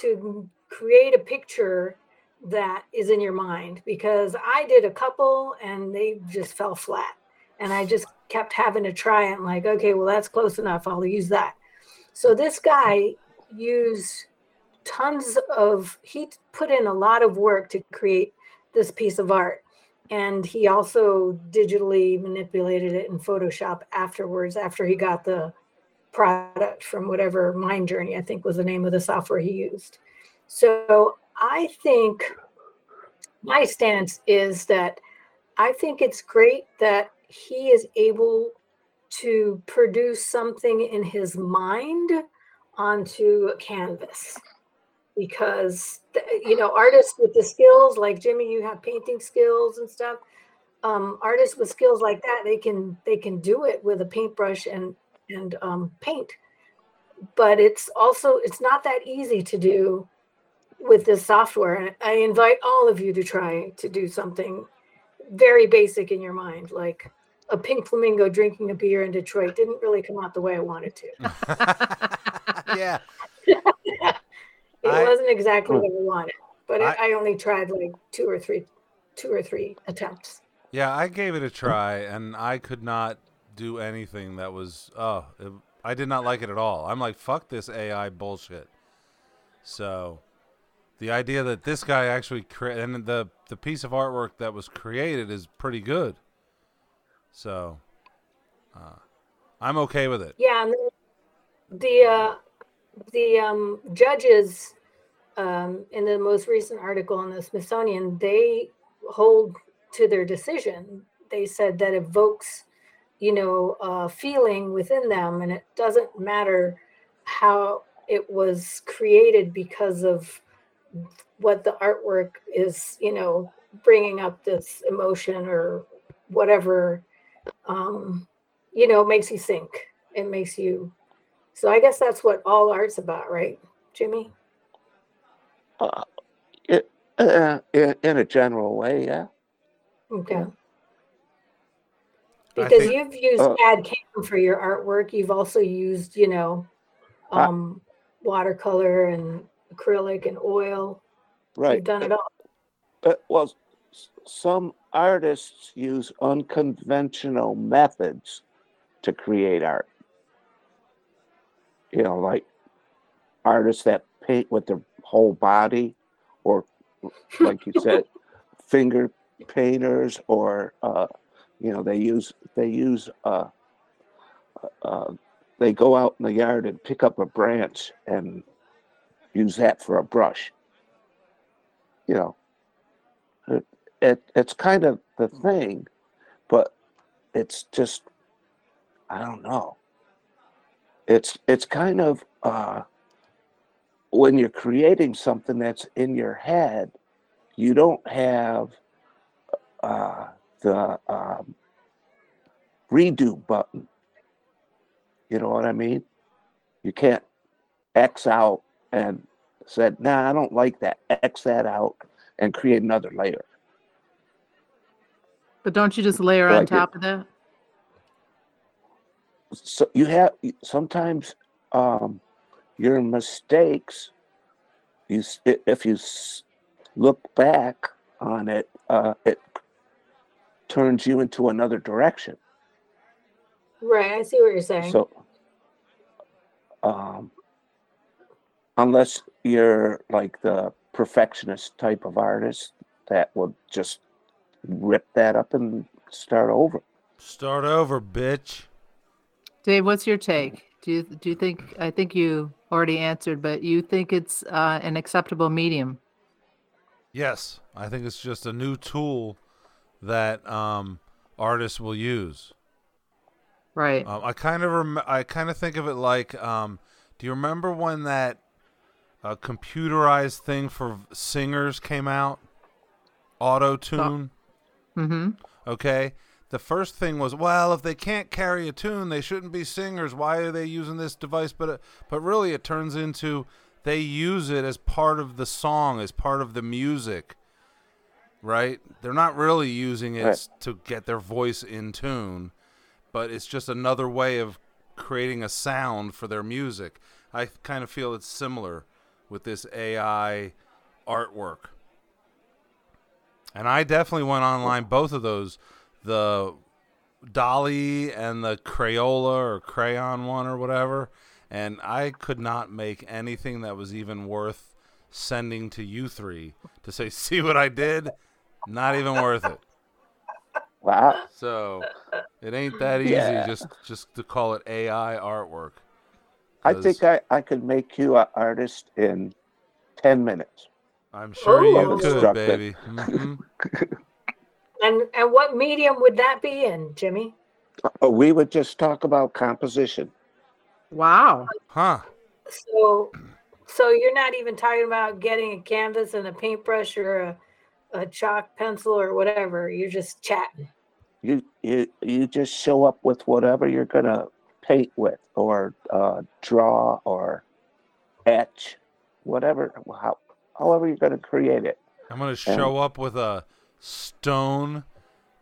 [SPEAKER 5] to create a picture that is in your mind because I did a couple and they just fell flat. And I just kept having to try it and like, okay, well, that's close enough. I'll use that. So this guy used tons of, he put in a lot of work to create this piece of art. And he also digitally manipulated it in Photoshop afterwards, after he got the product from whatever Mind Journey, I think was the name of the software he used. So I think my stance is that I think it's great that he is able to produce something in his mind onto a canvas because th- you know artists with the skills like jimmy you have painting skills and stuff um, artists with skills like that they can they can do it with a paintbrush and and um, paint but it's also it's not that easy to do with this software and i invite all of you to try to do something very basic in your mind like a pink flamingo drinking a beer in detroit didn't really come out the way i wanted to
[SPEAKER 2] yeah.
[SPEAKER 5] It
[SPEAKER 2] I-
[SPEAKER 5] wasn't exactly what I wanted, but it,
[SPEAKER 2] I-
[SPEAKER 5] I, only tried like two or three, two or three attempts.
[SPEAKER 2] Yeah, I gave it a try and I could not do anything that was oh, it, I did not like it at all. I'm like fuck this AI bullshit. So the idea that this guy actually created and the the piece of artwork that was created is pretty good. So uh, I'm okay with it.
[SPEAKER 5] Yeah, and then the uh, the um, judges um, in the most recent article in the Smithsonian, they hold to their decision. They said that evokes, you know, a feeling within them, and it doesn't matter how it was created because of what the artwork is, you know, bringing up this emotion or whatever, um, you know, makes you think. It makes you. So I guess that's what all art's about, right, Jimmy?
[SPEAKER 1] Uh, it, uh, in, in a general way, yeah.
[SPEAKER 5] Okay.
[SPEAKER 2] I
[SPEAKER 5] Because
[SPEAKER 2] think-
[SPEAKER 5] you've used
[SPEAKER 1] uh,
[SPEAKER 5] AdCam for your artwork. You've also used, you know,
[SPEAKER 1] I-
[SPEAKER 5] um, watercolor and acrylic and oil.
[SPEAKER 1] Right.
[SPEAKER 5] You've done it all.
[SPEAKER 1] Uh, well, s- some artists use unconventional methods to create art. You know, like artists that paint with their whole body, or like you said, finger painters, or uh, you know, they use they use uh, uh, they go out in the yard and pick up a branch and use that for a brush. You know, it, it it's kind of the thing, but it's just I don't know. It's it's kind of uh, when you're creating something that's in your head, you don't have uh, the um, redo button. You know what I mean? You can't X out and said, "Nah, I don't like that." X that out and create another layer.
[SPEAKER 3] But don't you just layer on
[SPEAKER 1] Like it-
[SPEAKER 3] top of that?
[SPEAKER 1] so you have sometimes um, your mistakes you s- i- if you s- look back on it uh, it turns you into another direction
[SPEAKER 5] Right. I see what you're saying.
[SPEAKER 1] so um, unless you're like the perfectionist type of artist that will just rip that up and start over
[SPEAKER 2] Start over, bitch.
[SPEAKER 3] Dave, what's your take? Do you do you think I think you already answered, but you think it's uh, an acceptable medium?
[SPEAKER 2] Yes, I think it's just a new tool that um, artists will use.
[SPEAKER 3] Right.
[SPEAKER 2] Um, I kind of rem- I kind of think of it like, um, do you remember when that uh, computerized thing for v- singers came out? Auto tune.
[SPEAKER 3] Mm-hmm.
[SPEAKER 2] Okay. The first thing was, well, if they can't carry a tune, they shouldn't be singers. Why are they using this device? But uh, but really, it turns into they use it as part of the song, as part of the music, right? They're not really using it
[SPEAKER 1] Right.
[SPEAKER 2] s- to get their voice in tune, but it's just another way of creating a sound for their music. I kind of feel it's similar with this AI artwork. And I definitely went online both of those, the Dolly and the Crayola or crayon one or whatever, and I could not make anything that was even worth sending to you three to say, <laughs> "See what I did?" Not even worth it.
[SPEAKER 1] wow
[SPEAKER 2] So it ain't that easy
[SPEAKER 1] Yeah.
[SPEAKER 2] just just to call it AI artwork.
[SPEAKER 1] i
[SPEAKER 2] 'Cause
[SPEAKER 1] think i, I could make you an artist in 10 minutes
[SPEAKER 2] I'm sure you
[SPEAKER 5] Oh.
[SPEAKER 2] could,
[SPEAKER 1] Construct it.
[SPEAKER 2] baby. hmm
[SPEAKER 5] And and what medium would that be in, Jimmy?
[SPEAKER 1] Uh, we would just talk about composition
[SPEAKER 3] Wow.
[SPEAKER 2] Huh?
[SPEAKER 5] So so you're not even talking about getting a canvas and a paintbrush or a, a chalk pencil or whatever. You're just chatting.
[SPEAKER 1] you you you just show up with whatever you're gonna paint with or uh, draw or etch whatever how, however you're gonna create <laughs> it
[SPEAKER 2] I'm gonna show up with a stone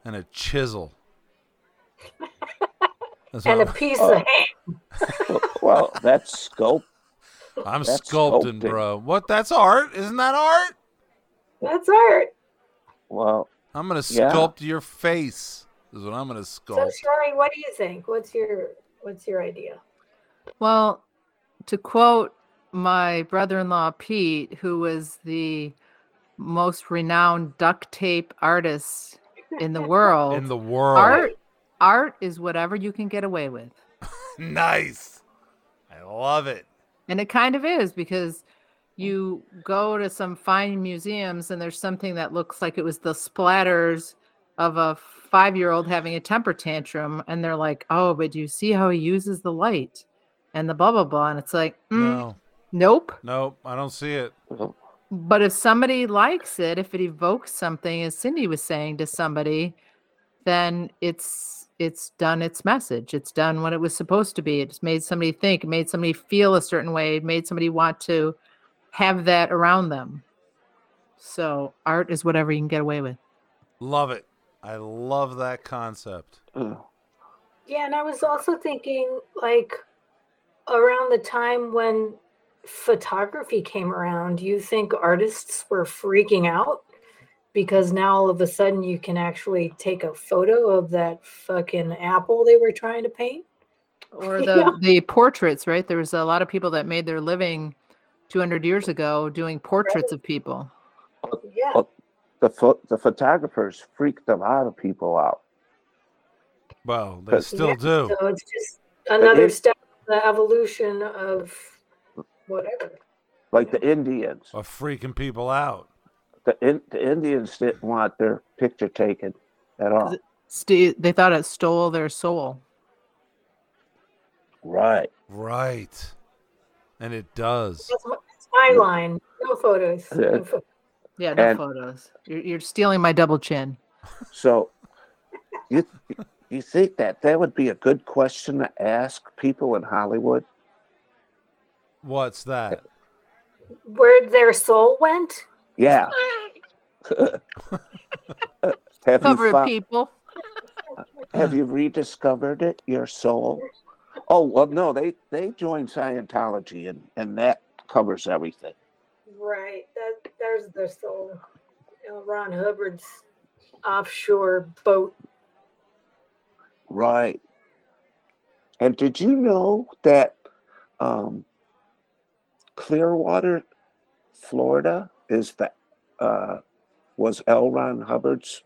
[SPEAKER 2] and a chisel.
[SPEAKER 5] <laughs>
[SPEAKER 2] That's
[SPEAKER 5] And a
[SPEAKER 2] what I'm-
[SPEAKER 5] piece
[SPEAKER 1] Oh.
[SPEAKER 5] of ham.
[SPEAKER 1] well, well that's scope
[SPEAKER 2] I'm
[SPEAKER 1] That's sculpting.
[SPEAKER 2] sculpting, bro. What? That's art? Isn't that art?
[SPEAKER 5] That's art.
[SPEAKER 1] well
[SPEAKER 2] I'm gonna
[SPEAKER 1] Yeah.
[SPEAKER 2] sculpt your face. Is what I'm gonna
[SPEAKER 5] So
[SPEAKER 2] sculpt.
[SPEAKER 5] Shari, what do you think? What's your what's your idea?
[SPEAKER 3] Well, to quote my brother-in-law Pete, who was the most renowned duct tape artist in the world,
[SPEAKER 2] In the world.
[SPEAKER 3] art art is whatever you can get away with.
[SPEAKER 2] <laughs> Nice. I love it.
[SPEAKER 3] And it kind of is because you go to some fine museums and there's something that looks like it was the splatters of a five year old having a temper tantrum. And they're like, oh, but do you see how he uses the light and the blah, blah, blah? And it's like, "Mm,
[SPEAKER 2] No.
[SPEAKER 3] nope.
[SPEAKER 2] Nope. I don't see it.
[SPEAKER 1] well,
[SPEAKER 3] But if somebody likes it, if it evokes something, as Cindy was saying to somebody, then it's it's done its message. It's done what it was supposed to be. It's made somebody think, it made somebody feel a certain way, it made somebody want to have that around them. So art is whatever you can get away with.
[SPEAKER 2] Love it. I love that concept.
[SPEAKER 1] Ugh.
[SPEAKER 5] Yeah, and I was also thinking like around the time when photography came around, you think artists were freaking out because now all of a sudden you can actually take a photo of that fucking apple they were trying to paint.
[SPEAKER 3] Or
[SPEAKER 5] Yeah.
[SPEAKER 3] the the portraits, right? There was a lot of people that made their living 200 years ago doing portraits of people.
[SPEAKER 5] Yeah.
[SPEAKER 1] Oh. The pho- the photographers freaked a lot of people out.
[SPEAKER 2] Well, they still
[SPEAKER 5] Yeah,
[SPEAKER 2] do.
[SPEAKER 5] So it's just another
[SPEAKER 1] is-
[SPEAKER 5] step in the evolution of whatever.
[SPEAKER 1] Like the Indians.
[SPEAKER 2] Of freaking people out.
[SPEAKER 1] The in, the Indians didn't want their picture taken at all.
[SPEAKER 3] it- St- they thought it stole their soul.
[SPEAKER 1] Right.
[SPEAKER 2] Right. And it does.
[SPEAKER 5] That's my, that's my line. No photos.
[SPEAKER 1] Yeah.
[SPEAKER 5] No photos.
[SPEAKER 3] Yeah, no
[SPEAKER 1] And-
[SPEAKER 3] photos. You're, you're stealing my double chin.
[SPEAKER 1] So you you think that that would be a good question to ask people in Hollywood?
[SPEAKER 2] What's that?
[SPEAKER 5] Where their soul went?
[SPEAKER 1] Yeah. have you
[SPEAKER 3] Cover it,
[SPEAKER 1] fo-
[SPEAKER 3] people.
[SPEAKER 1] have you rediscovered it your soul? Oh well, no. They they joined Scientology and and that covers everything.
[SPEAKER 5] Right. That there's the soul. You know, Ron Hubbard's offshore boat.
[SPEAKER 1] Right. And did you know that um, Clearwater, Florida, is the uh, was L. Ron Hubbard's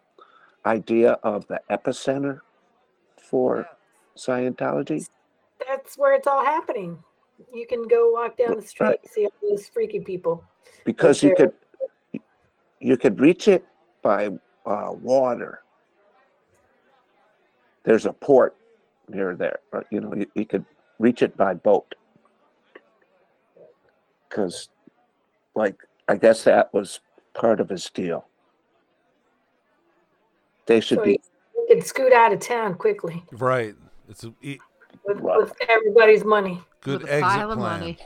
[SPEAKER 1] idea of the epicenter for Scientology?
[SPEAKER 5] That's where it's all happening. You can go walk down the street,
[SPEAKER 1] Right.
[SPEAKER 5] see all those freaky people.
[SPEAKER 1] Because you
[SPEAKER 5] Sure.
[SPEAKER 1] could you could reach it by uh, water. There's a port near there. Or, you know, you, you could reach it by boat. Because, like, I guess that was part of his deal. They should
[SPEAKER 5] So
[SPEAKER 1] be
[SPEAKER 5] you can scoot out of town quickly
[SPEAKER 2] Right. It's a e-
[SPEAKER 5] with,
[SPEAKER 1] Right.
[SPEAKER 5] with everybody's money.
[SPEAKER 2] good
[SPEAKER 3] with a
[SPEAKER 2] exit
[SPEAKER 3] pile
[SPEAKER 2] plan.
[SPEAKER 3] of money.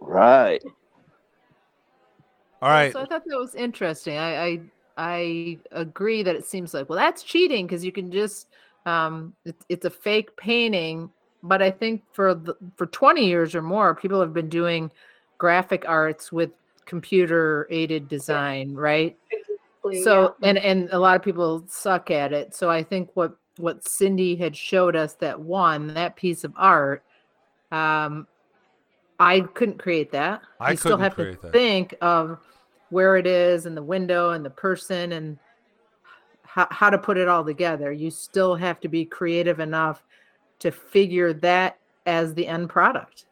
[SPEAKER 1] right.
[SPEAKER 2] <laughs> All right.
[SPEAKER 3] So I thought that was interesting. I I, I agree that it seems like well that's cheating because you can just um it's it's a fake painting, but I think for the, for 20 years or more people have been doing graphic arts with computer aided design, right?
[SPEAKER 5] Basically,
[SPEAKER 3] so
[SPEAKER 5] yeah.
[SPEAKER 3] and and a lot of people suck at it so i think what what cindy had showed us that one that piece of art um i couldn't create that
[SPEAKER 2] I
[SPEAKER 3] you still
[SPEAKER 2] couldn't
[SPEAKER 3] have to
[SPEAKER 2] create that.
[SPEAKER 3] think of where it is and the window and the person and how, how to put it all together you still have to be creative enough to figure that as the end product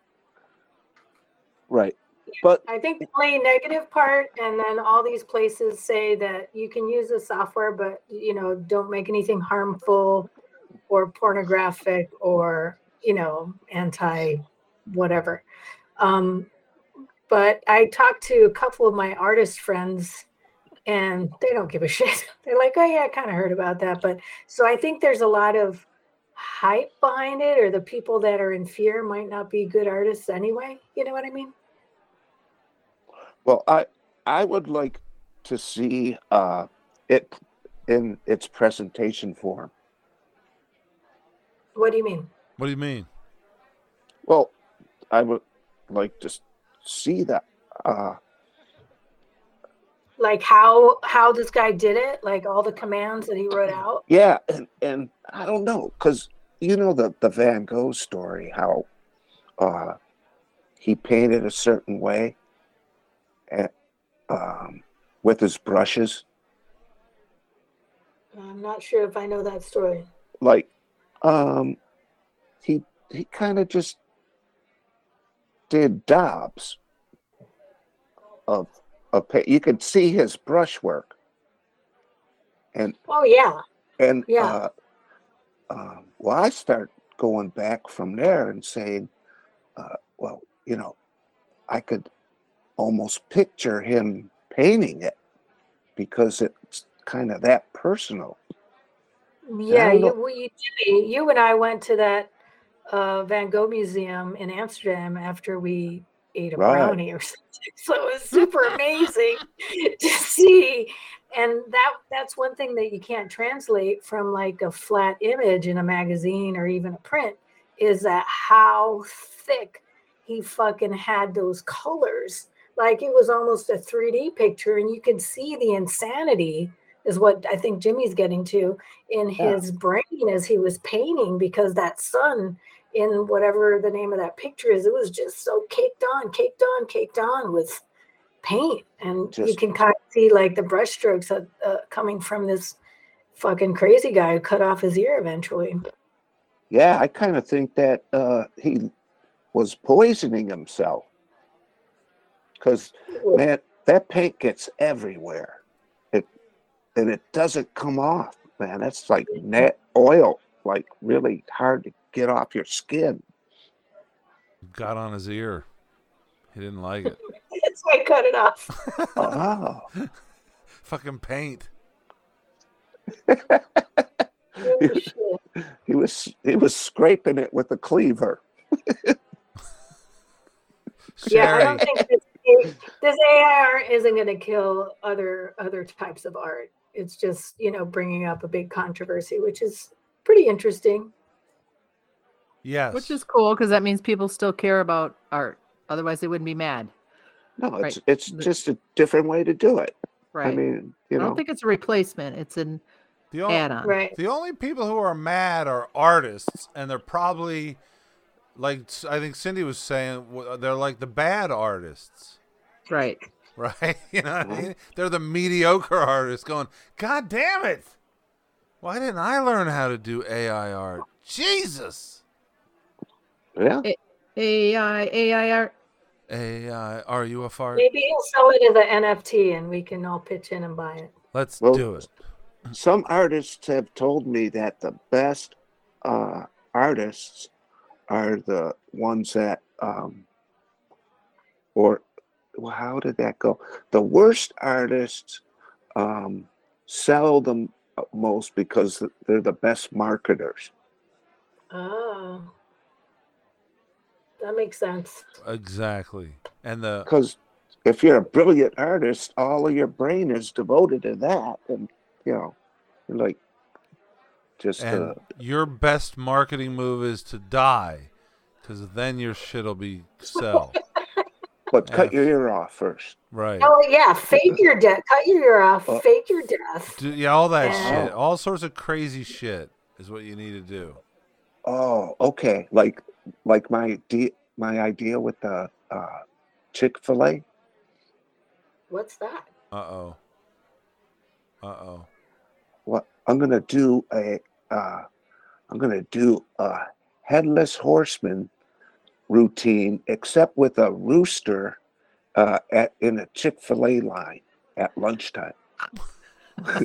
[SPEAKER 1] Right. But
[SPEAKER 5] I think the only negative part, and then all these places say that you can use the software, but you know, don't make anything harmful or pornographic or you know, anti whatever. Um, but I talked to a couple of my artist friends and they don't give a <laughs> shit. They're like, oh yeah, I kind of heard about that. But so I think there's a lot of hype behind it, or the people that are in fear might not be good artists anyway. You know what I mean?
[SPEAKER 1] well, I I would like to see uh, it in its presentation form.
[SPEAKER 5] What do you mean?
[SPEAKER 2] What do you mean?
[SPEAKER 1] Well, I would like to s- see that. Uh,
[SPEAKER 5] like how how this guy did it like all the commands that he wrote out
[SPEAKER 1] yeah, and, and I don't know because you know the the Van Gogh story, how uh, he painted a certain way, and, um, with his brushes,
[SPEAKER 5] i'm not sure if i know that story
[SPEAKER 1] like um he he kind of just did dobs of a pa- you could see his brushwork and
[SPEAKER 5] oh yeah
[SPEAKER 1] and
[SPEAKER 5] Yeah.
[SPEAKER 1] uh, um, well i start going back from there and saying uh, well you know i could almost picture him painting it because it's kind of that personal.
[SPEAKER 5] Yeah,
[SPEAKER 1] don't
[SPEAKER 5] you,
[SPEAKER 1] know-
[SPEAKER 5] well, you, Jimmy, you and I went to that uh, Van Gogh museum in Amsterdam after we ate a
[SPEAKER 1] Right.
[SPEAKER 5] brownie or <laughs> something. So it was super amazing <laughs> to see, and that that's one thing that you can't translate from like a flat image in a magazine or even a print is that how thick he fucking had those colors. Like it was almost a 3D picture, and you could see the insanity is what I think Jimmy's getting to in
[SPEAKER 1] Yeah.
[SPEAKER 5] his brain as he was painting because that sun in whatever the name of that picture is, it was just so caked on, caked on, caked on with paint. And you
[SPEAKER 1] Just-
[SPEAKER 5] can kind of see like the brushstrokes uh, uh, coming from this fucking crazy guy who cut off his ear eventually.
[SPEAKER 1] Yeah, I kind of think that uh, he was poisoning himself because
[SPEAKER 5] <laughs>
[SPEAKER 1] man, that paint gets everywhere. It and it doesn't come off, man. That's like net oil, like really hard to get off your
[SPEAKER 3] <laughs>
[SPEAKER 1] skin.
[SPEAKER 2] Got on his ear. He didn't like
[SPEAKER 3] <laughs>
[SPEAKER 2] it.
[SPEAKER 5] That's why I cut it off.
[SPEAKER 1] <laughs> Oh,
[SPEAKER 2] Fucking paint.
[SPEAKER 5] Oh, shit.
[SPEAKER 1] he was he was scraping it with a cleaver.
[SPEAKER 5] Yeah, I
[SPEAKER 2] Sherry.
[SPEAKER 5] don't
[SPEAKER 2] <laughs>
[SPEAKER 5] think this, this AR isn't going to kill other other types of art. It's just you know bringing up a big controversy, which is pretty interesting.
[SPEAKER 2] yes.
[SPEAKER 3] Which is cool because that means people still care about art. Otherwise, they wouldn't be mad,
[SPEAKER 1] No, it's
[SPEAKER 3] Right.
[SPEAKER 1] it's
[SPEAKER 3] The-
[SPEAKER 1] just a different way to do it.
[SPEAKER 3] right?
[SPEAKER 1] I mean, you
[SPEAKER 3] I
[SPEAKER 1] know,
[SPEAKER 3] don't think it's a replacement. It's an
[SPEAKER 2] the, on-
[SPEAKER 3] add-on.
[SPEAKER 5] Oh, Right.
[SPEAKER 2] the only people who are mad are artists, and they're probably, like I think Cindy was saying, w- they're like the bad artists. <laughs>
[SPEAKER 3] Right.
[SPEAKER 2] right? You know, what I
[SPEAKER 3] Mm-hmm.
[SPEAKER 1] Mhm.
[SPEAKER 2] mean? they're the mediocre artists going, God damn it! Why didn't I learn how to do AI art? Jesus!
[SPEAKER 1] yeah,
[SPEAKER 3] AI, AI art.
[SPEAKER 2] AI, are you a fart?
[SPEAKER 5] Maybe he'll sell it as an NFT, and we can all pitch in and buy it.
[SPEAKER 2] Let's
[SPEAKER 1] Well-
[SPEAKER 2] do it.
[SPEAKER 1] some artists have told me that the best uh, artists are the ones that um, or well, how did that go the worst artists um, sell the m- uh, most because they're the best marketers
[SPEAKER 5] Oh, that makes sense.
[SPEAKER 2] Exactly. And the
[SPEAKER 1] because if you're a brilliant artist all of your brain is devoted to that and you know you're like just uh,
[SPEAKER 2] and your best marketing move is to die, because then your shit'll be
[SPEAKER 3] <laughs>
[SPEAKER 2] sell.
[SPEAKER 1] but cut
[SPEAKER 2] and-
[SPEAKER 1] your ear off first
[SPEAKER 2] right.
[SPEAKER 5] Oh yeah, fake your death. Cut your ear off.
[SPEAKER 1] Uh,
[SPEAKER 5] Fake your death.
[SPEAKER 2] Do, yeah, all that
[SPEAKER 5] Yeah.
[SPEAKER 2] shit, all sorts of crazy shit is what you need to do.
[SPEAKER 1] Oh, okay. Like like my de- my idea with the uh Chick-fil-A.
[SPEAKER 5] What's that?
[SPEAKER 2] Uh oh. Uh <laughs> oh.
[SPEAKER 1] What I'm gonna do a uh I'm gonna do a headless horseman routine except with a rooster uh at in a Chick-fil-A line at lunchtime.
[SPEAKER 5] What,
[SPEAKER 2] Hmm.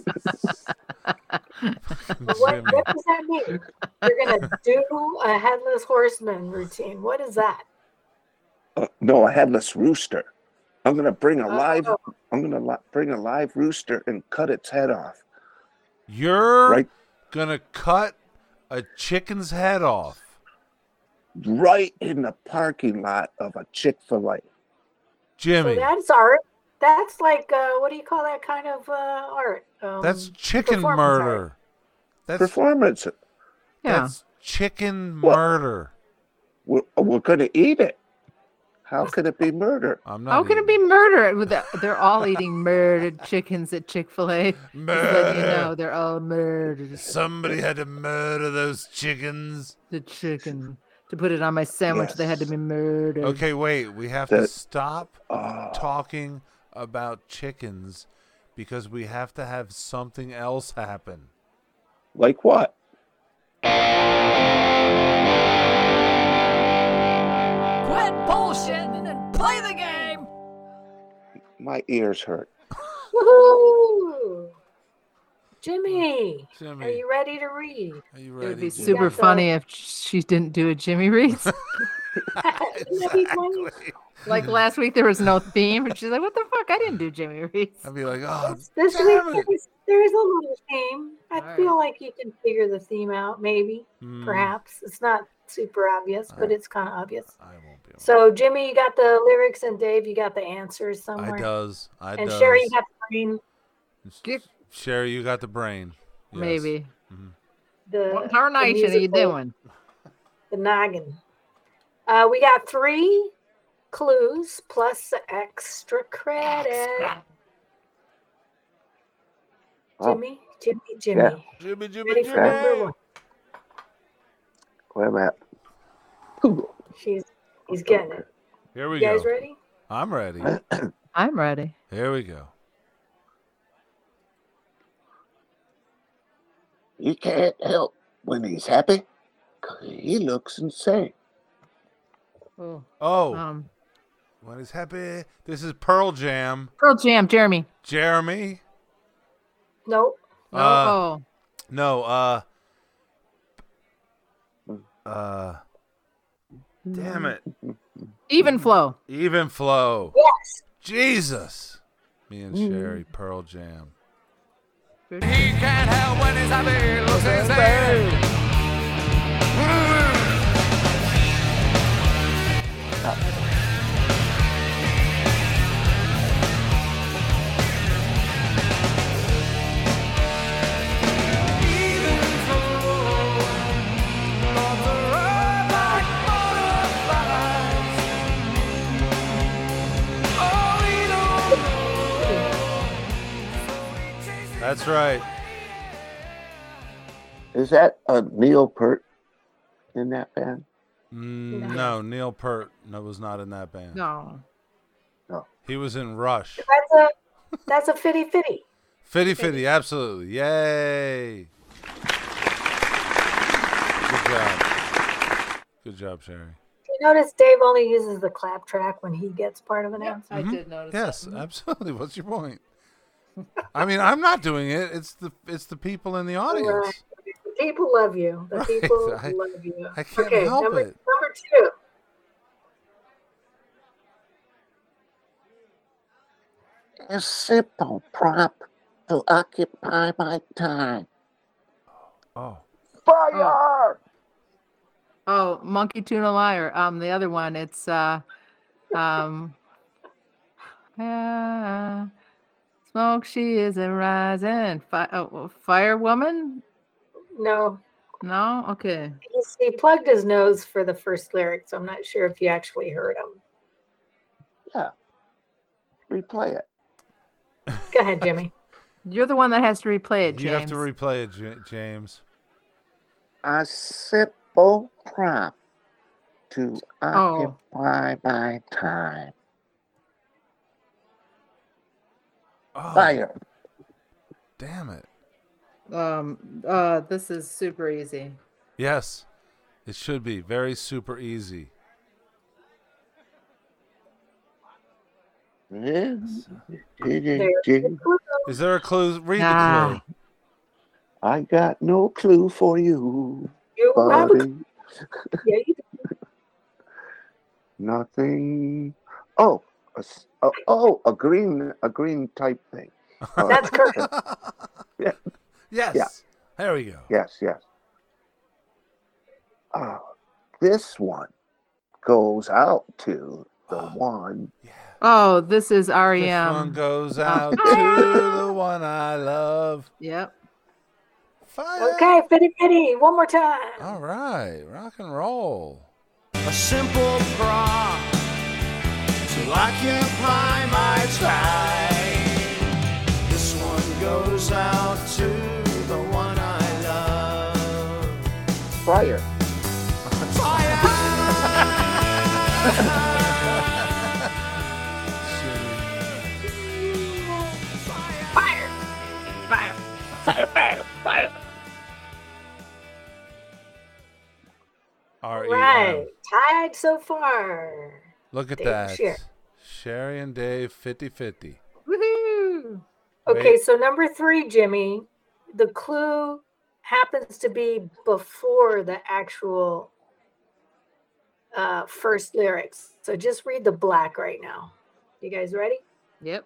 [SPEAKER 5] what does that mean? You're
[SPEAKER 2] <laughs>
[SPEAKER 5] gonna do a headless horseman routine. What is that?
[SPEAKER 1] Uh, no, a headless rooster. I'm gonna bring a live
[SPEAKER 5] Oh.
[SPEAKER 1] I'm gonna li- bring a live rooster and cut its head off.
[SPEAKER 2] You're
[SPEAKER 1] Right
[SPEAKER 2] gonna cut a chicken's head off.
[SPEAKER 1] right in the parking lot of a Chick-fil-A.
[SPEAKER 2] Jimmy,
[SPEAKER 5] So that's art. That's like uh, what do you call that kind of uh, art? Um,
[SPEAKER 2] that's chicken
[SPEAKER 5] performance
[SPEAKER 2] murder. That's
[SPEAKER 1] Performance
[SPEAKER 3] Yeah.
[SPEAKER 2] that's chicken
[SPEAKER 1] Well-
[SPEAKER 2] murder.
[SPEAKER 1] we're, we're going to eat it. How can it be murder?
[SPEAKER 2] I'm not.
[SPEAKER 3] How can it be
[SPEAKER 2] eating
[SPEAKER 3] murder? With the- They're all eating murdered chickens at Chick Fil
[SPEAKER 2] <laughs>
[SPEAKER 3] A. Just letting you
[SPEAKER 2] Murder.
[SPEAKER 3] know they're all murdered.
[SPEAKER 2] Somebody had to murder those chickens.
[SPEAKER 3] The chicken to put it on my sandwich. They had to
[SPEAKER 1] Yes.
[SPEAKER 3] be murdered.
[SPEAKER 2] Okay, wait. We have to
[SPEAKER 1] That-
[SPEAKER 2] stop
[SPEAKER 1] Oh,
[SPEAKER 2] talking about chickens because we have to have something else happen.
[SPEAKER 1] like what?
[SPEAKER 8] Quit bullshitting and play the game!
[SPEAKER 1] My ears hurt.
[SPEAKER 5] Woohoo! Jimmy,
[SPEAKER 2] Jimmy,
[SPEAKER 5] are you ready to read?
[SPEAKER 2] <laughs> are you
[SPEAKER 3] It would
[SPEAKER 2] ready? Jimmy?
[SPEAKER 3] be super
[SPEAKER 5] Yeah, so-
[SPEAKER 2] <laughs>
[SPEAKER 3] funny if she didn't do a Jimmy Reeds.
[SPEAKER 5] Wouldn't that be funny?
[SPEAKER 2] Exactly.
[SPEAKER 3] Like last week, there was no theme, and she's like, "What the fuck? I didn't do Jamie Reese."
[SPEAKER 2] I'd be like, oh,
[SPEAKER 5] This
[SPEAKER 2] Damn
[SPEAKER 5] week
[SPEAKER 2] it.
[SPEAKER 5] there is, there is a little theme. I
[SPEAKER 3] All
[SPEAKER 5] feel like you can figure the theme out, maybe,
[SPEAKER 2] hmm,
[SPEAKER 5] perhaps. It's not super obvious,
[SPEAKER 2] All
[SPEAKER 5] but
[SPEAKER 2] right.
[SPEAKER 5] it's kind of obvious.
[SPEAKER 2] I won't be. able-
[SPEAKER 5] So Jimmy, you got the lyrics, and Dave, you got the answers
[SPEAKER 2] I
[SPEAKER 5] somewhere.
[SPEAKER 2] does. I
[SPEAKER 5] and
[SPEAKER 2] does.
[SPEAKER 5] Sherry, you got the brain.
[SPEAKER 3] Get-
[SPEAKER 2] Sherry, you got the brain. Yes.
[SPEAKER 3] Maybe
[SPEAKER 5] The
[SPEAKER 3] well, tarnation. Are you
[SPEAKER 5] musical-
[SPEAKER 3] doing?
[SPEAKER 5] the noggin. Uh, we got three clues plus extra credit.
[SPEAKER 1] Oh.
[SPEAKER 5] Jimmy, Jimmy, Jimmy.
[SPEAKER 2] Jimmy,
[SPEAKER 5] Ready
[SPEAKER 2] Jimmy,
[SPEAKER 5] for number
[SPEAKER 2] Jimmy.
[SPEAKER 5] one.
[SPEAKER 1] Wait a minute. Ooh,
[SPEAKER 5] She's he's getting it.
[SPEAKER 2] Here we
[SPEAKER 5] You guys
[SPEAKER 2] go.
[SPEAKER 5] ready?
[SPEAKER 2] I'm ready.
[SPEAKER 3] I'm ready.
[SPEAKER 2] Here we go.
[SPEAKER 1] You can't help when he's happy. He looks insane.
[SPEAKER 3] Oh,
[SPEAKER 2] Oh,
[SPEAKER 3] um,
[SPEAKER 2] when he's happy. This is Pearl Jam.
[SPEAKER 3] Pearl Jam, Jeremy.
[SPEAKER 2] Jeremy.
[SPEAKER 5] Nope.
[SPEAKER 2] Uh,
[SPEAKER 3] oh,
[SPEAKER 2] no. Uh. Uh. Damn it. Mm-hmm.
[SPEAKER 3] even flow.
[SPEAKER 2] Even flow.
[SPEAKER 5] Yes.
[SPEAKER 2] Jesus. Me and Sherry, Pearl Jam.
[SPEAKER 8] He can't help when he's happy. He looks insane.
[SPEAKER 2] That's right.
[SPEAKER 1] Is that a Neil Peart in that band?
[SPEAKER 2] Mm, no, Neil Peart no, was not in that band.
[SPEAKER 3] No,
[SPEAKER 2] He was in Rush.
[SPEAKER 5] That's a that's a fitty fitty.
[SPEAKER 2] Fitty Fitty, absolutely. Yay. Good job. Good job, Sherry.
[SPEAKER 5] You notice Dave only uses the clap track when he gets part of an answer.
[SPEAKER 3] I
[SPEAKER 2] Mhm.
[SPEAKER 3] did notice.
[SPEAKER 2] Yes,
[SPEAKER 3] that.
[SPEAKER 2] absolutely. What's your point? I mean, I'm not doing it. It's the it's the people in the audience.
[SPEAKER 5] The people love you. The
[SPEAKER 2] <laughs> Right,
[SPEAKER 5] people
[SPEAKER 2] I-
[SPEAKER 5] love you.
[SPEAKER 2] I can't help
[SPEAKER 5] number,
[SPEAKER 2] it.
[SPEAKER 5] Number two.
[SPEAKER 1] A simple prop to occupy my time.
[SPEAKER 2] Oh.
[SPEAKER 1] Fire!
[SPEAKER 3] Oh, monkey tuna liar. Um, the other one. It's uh, um, uh, smoke. She isn't rising. Fi- oh, oh, fire woman.
[SPEAKER 5] No,
[SPEAKER 3] No. Okay.
[SPEAKER 5] he's, he plugged his nose for the first lyric, so I'm not sure if you actually heard him.
[SPEAKER 1] Replay it.
[SPEAKER 5] Go ahead, Jimmy.
[SPEAKER 3] You're the one that has to replay it, James.
[SPEAKER 2] You have to replay it, Ja- James.
[SPEAKER 1] A simple prop to occupy my time.
[SPEAKER 2] Oh,
[SPEAKER 1] Fire!
[SPEAKER 2] damn it.
[SPEAKER 3] um. Uh. This is super easy.
[SPEAKER 2] Yes. It should be very super easy. Is there a clue? Read the
[SPEAKER 3] Nah.
[SPEAKER 2] clue.
[SPEAKER 1] I got no clue for you,
[SPEAKER 5] You have a-
[SPEAKER 1] buddy.
[SPEAKER 5] yeah, you-
[SPEAKER 1] Nothing. Oh, a s- a- oh, a green, a green type thing. Uh,
[SPEAKER 5] That's correct.
[SPEAKER 1] <laughs> Yeah.
[SPEAKER 2] Yes. There we go.
[SPEAKER 1] Yes, yes. Uh, this one goes out to the one.
[SPEAKER 3] Oh, this is REM.
[SPEAKER 2] This one goes out to
[SPEAKER 3] Ah.
[SPEAKER 2] the one I love.
[SPEAKER 3] Yep.
[SPEAKER 2] Fire.
[SPEAKER 5] Okay, fitty fitty. One more time.
[SPEAKER 2] All right. Rock and roll.
[SPEAKER 4] A simple prop to occupy my time. This one goes out to the one I love.
[SPEAKER 1] Fire.
[SPEAKER 2] R E M.
[SPEAKER 5] Right. Tied so far.
[SPEAKER 2] Look at
[SPEAKER 5] Dave
[SPEAKER 2] that.
[SPEAKER 5] Sher-
[SPEAKER 2] Sherry and Dave 50 50.
[SPEAKER 3] Woohoo!
[SPEAKER 5] Okay, so number three, Jimmy, the clue happens to be before the actual uh, first lyrics. So just read the black right now. You guys ready?
[SPEAKER 3] Yep.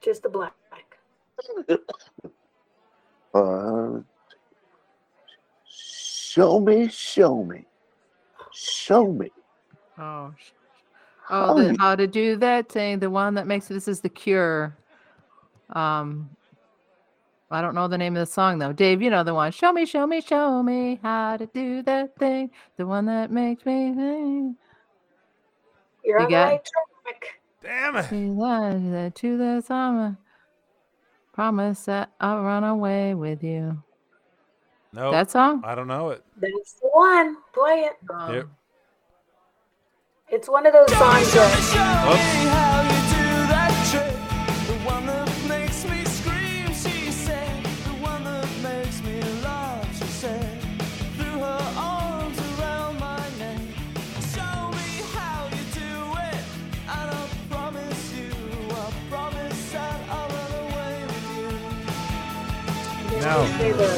[SPEAKER 5] Just the black.
[SPEAKER 1] Uh, show me, show me, show me.
[SPEAKER 3] Oh. sh-
[SPEAKER 1] How
[SPEAKER 3] Oh, the
[SPEAKER 1] you-
[SPEAKER 3] how to do that thing, the one that makes this is the cure. Um I don't know the name of the song though. Dave, you know the one. Show me, show me, show me how to do that thing. The one that makes me think.
[SPEAKER 5] You're
[SPEAKER 3] You
[SPEAKER 5] on the
[SPEAKER 3] got-
[SPEAKER 5] right track.
[SPEAKER 2] Damn it.
[SPEAKER 3] She lied that to the summer. Promise that I'll run away with you.
[SPEAKER 2] No,
[SPEAKER 3] That song?
[SPEAKER 2] I don't know it.
[SPEAKER 5] That's the one. Play it.
[SPEAKER 2] Yep.
[SPEAKER 3] Um,
[SPEAKER 5] It's one of those songs that
[SPEAKER 2] Oops. No.
[SPEAKER 5] they the,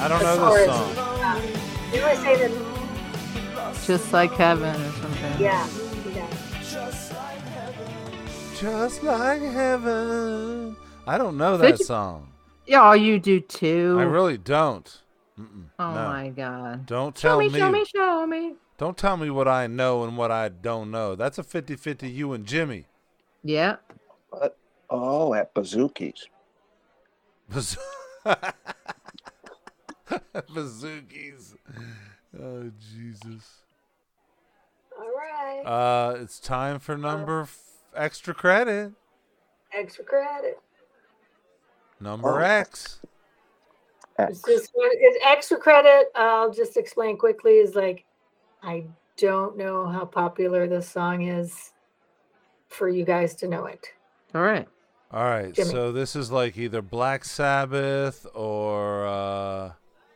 [SPEAKER 2] I don't
[SPEAKER 5] the
[SPEAKER 2] know
[SPEAKER 5] chorus.
[SPEAKER 2] this song.
[SPEAKER 5] Yeah. You want to say the
[SPEAKER 3] Just like heaven or something.
[SPEAKER 5] yeah. yeah.
[SPEAKER 2] Just like heaven. I don't know
[SPEAKER 3] Could
[SPEAKER 2] that
[SPEAKER 3] you-
[SPEAKER 2] song.
[SPEAKER 3] Yeah, oh, you do too.
[SPEAKER 2] I really don't. Mm-mm,
[SPEAKER 3] oh
[SPEAKER 2] no.
[SPEAKER 3] my god.
[SPEAKER 2] Don't
[SPEAKER 3] Show
[SPEAKER 2] tell
[SPEAKER 3] me,
[SPEAKER 2] me.
[SPEAKER 3] show me, show me.
[SPEAKER 2] Don't tell me what I know and what I don't know. That's a 50-50 you and Jimmy.
[SPEAKER 3] Yeah.
[SPEAKER 1] Oh, at Bazookies.
[SPEAKER 2] <laughs> Bazookies. Oh Jesus.
[SPEAKER 5] All right.
[SPEAKER 2] Uh, it's time for number f- extra credit.
[SPEAKER 5] Extra credit.
[SPEAKER 2] Number
[SPEAKER 1] Oh.
[SPEAKER 2] X.
[SPEAKER 5] It's just one- it's extra credit. I'll just explain quickly. Is like, I don't know how popular this song is for you guys to know it.
[SPEAKER 3] All right.
[SPEAKER 2] All right,
[SPEAKER 5] Jimmy.
[SPEAKER 2] so this is like either Black Sabbath or uh,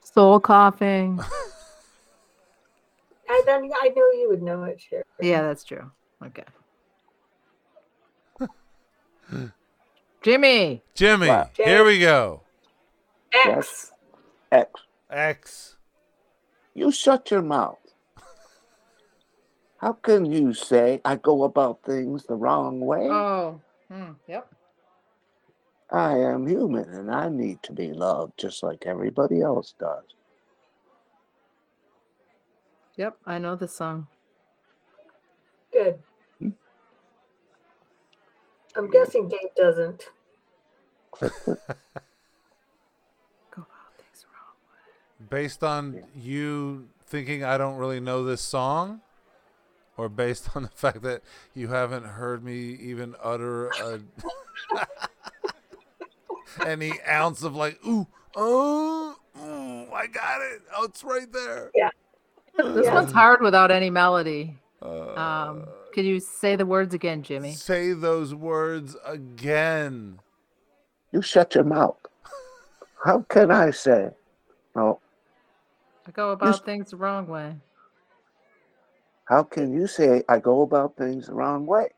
[SPEAKER 3] Soul coughing.
[SPEAKER 5] I then I knew you would know it, sure.
[SPEAKER 3] yeah, that's true. Okay. Jimmy.
[SPEAKER 2] Jimmy.
[SPEAKER 1] Wow.
[SPEAKER 2] Here we go.
[SPEAKER 5] X.
[SPEAKER 1] X.
[SPEAKER 2] X.
[SPEAKER 1] You shut your mouth. How can you say I go about things the wrong way?
[SPEAKER 5] Uh,
[SPEAKER 3] Oh. Hmm, yep.
[SPEAKER 1] I am human and I need to be loved just like everybody else does.
[SPEAKER 3] Yep. I know the song.
[SPEAKER 5] Good.
[SPEAKER 3] Hmm.
[SPEAKER 5] I'm guessing Dave doesn't. <laughs>
[SPEAKER 3] Go about things wrong.
[SPEAKER 2] Based on you thinking I don't really know this song, or based <laughs> on the fact that you haven't heard me even utter a <laughs> any ounce of like ooh oh ooh I got it oh it's right there
[SPEAKER 3] This
[SPEAKER 5] Yeah.
[SPEAKER 3] one's hard without any melody.
[SPEAKER 2] Uh,
[SPEAKER 3] Um, could you say the words again, Jimmy?
[SPEAKER 2] Say those words again.
[SPEAKER 1] You shut your mouth. How can I say? "Oh, No,
[SPEAKER 3] I go about things the wrong way.
[SPEAKER 1] how can you say I go about things the wrong way?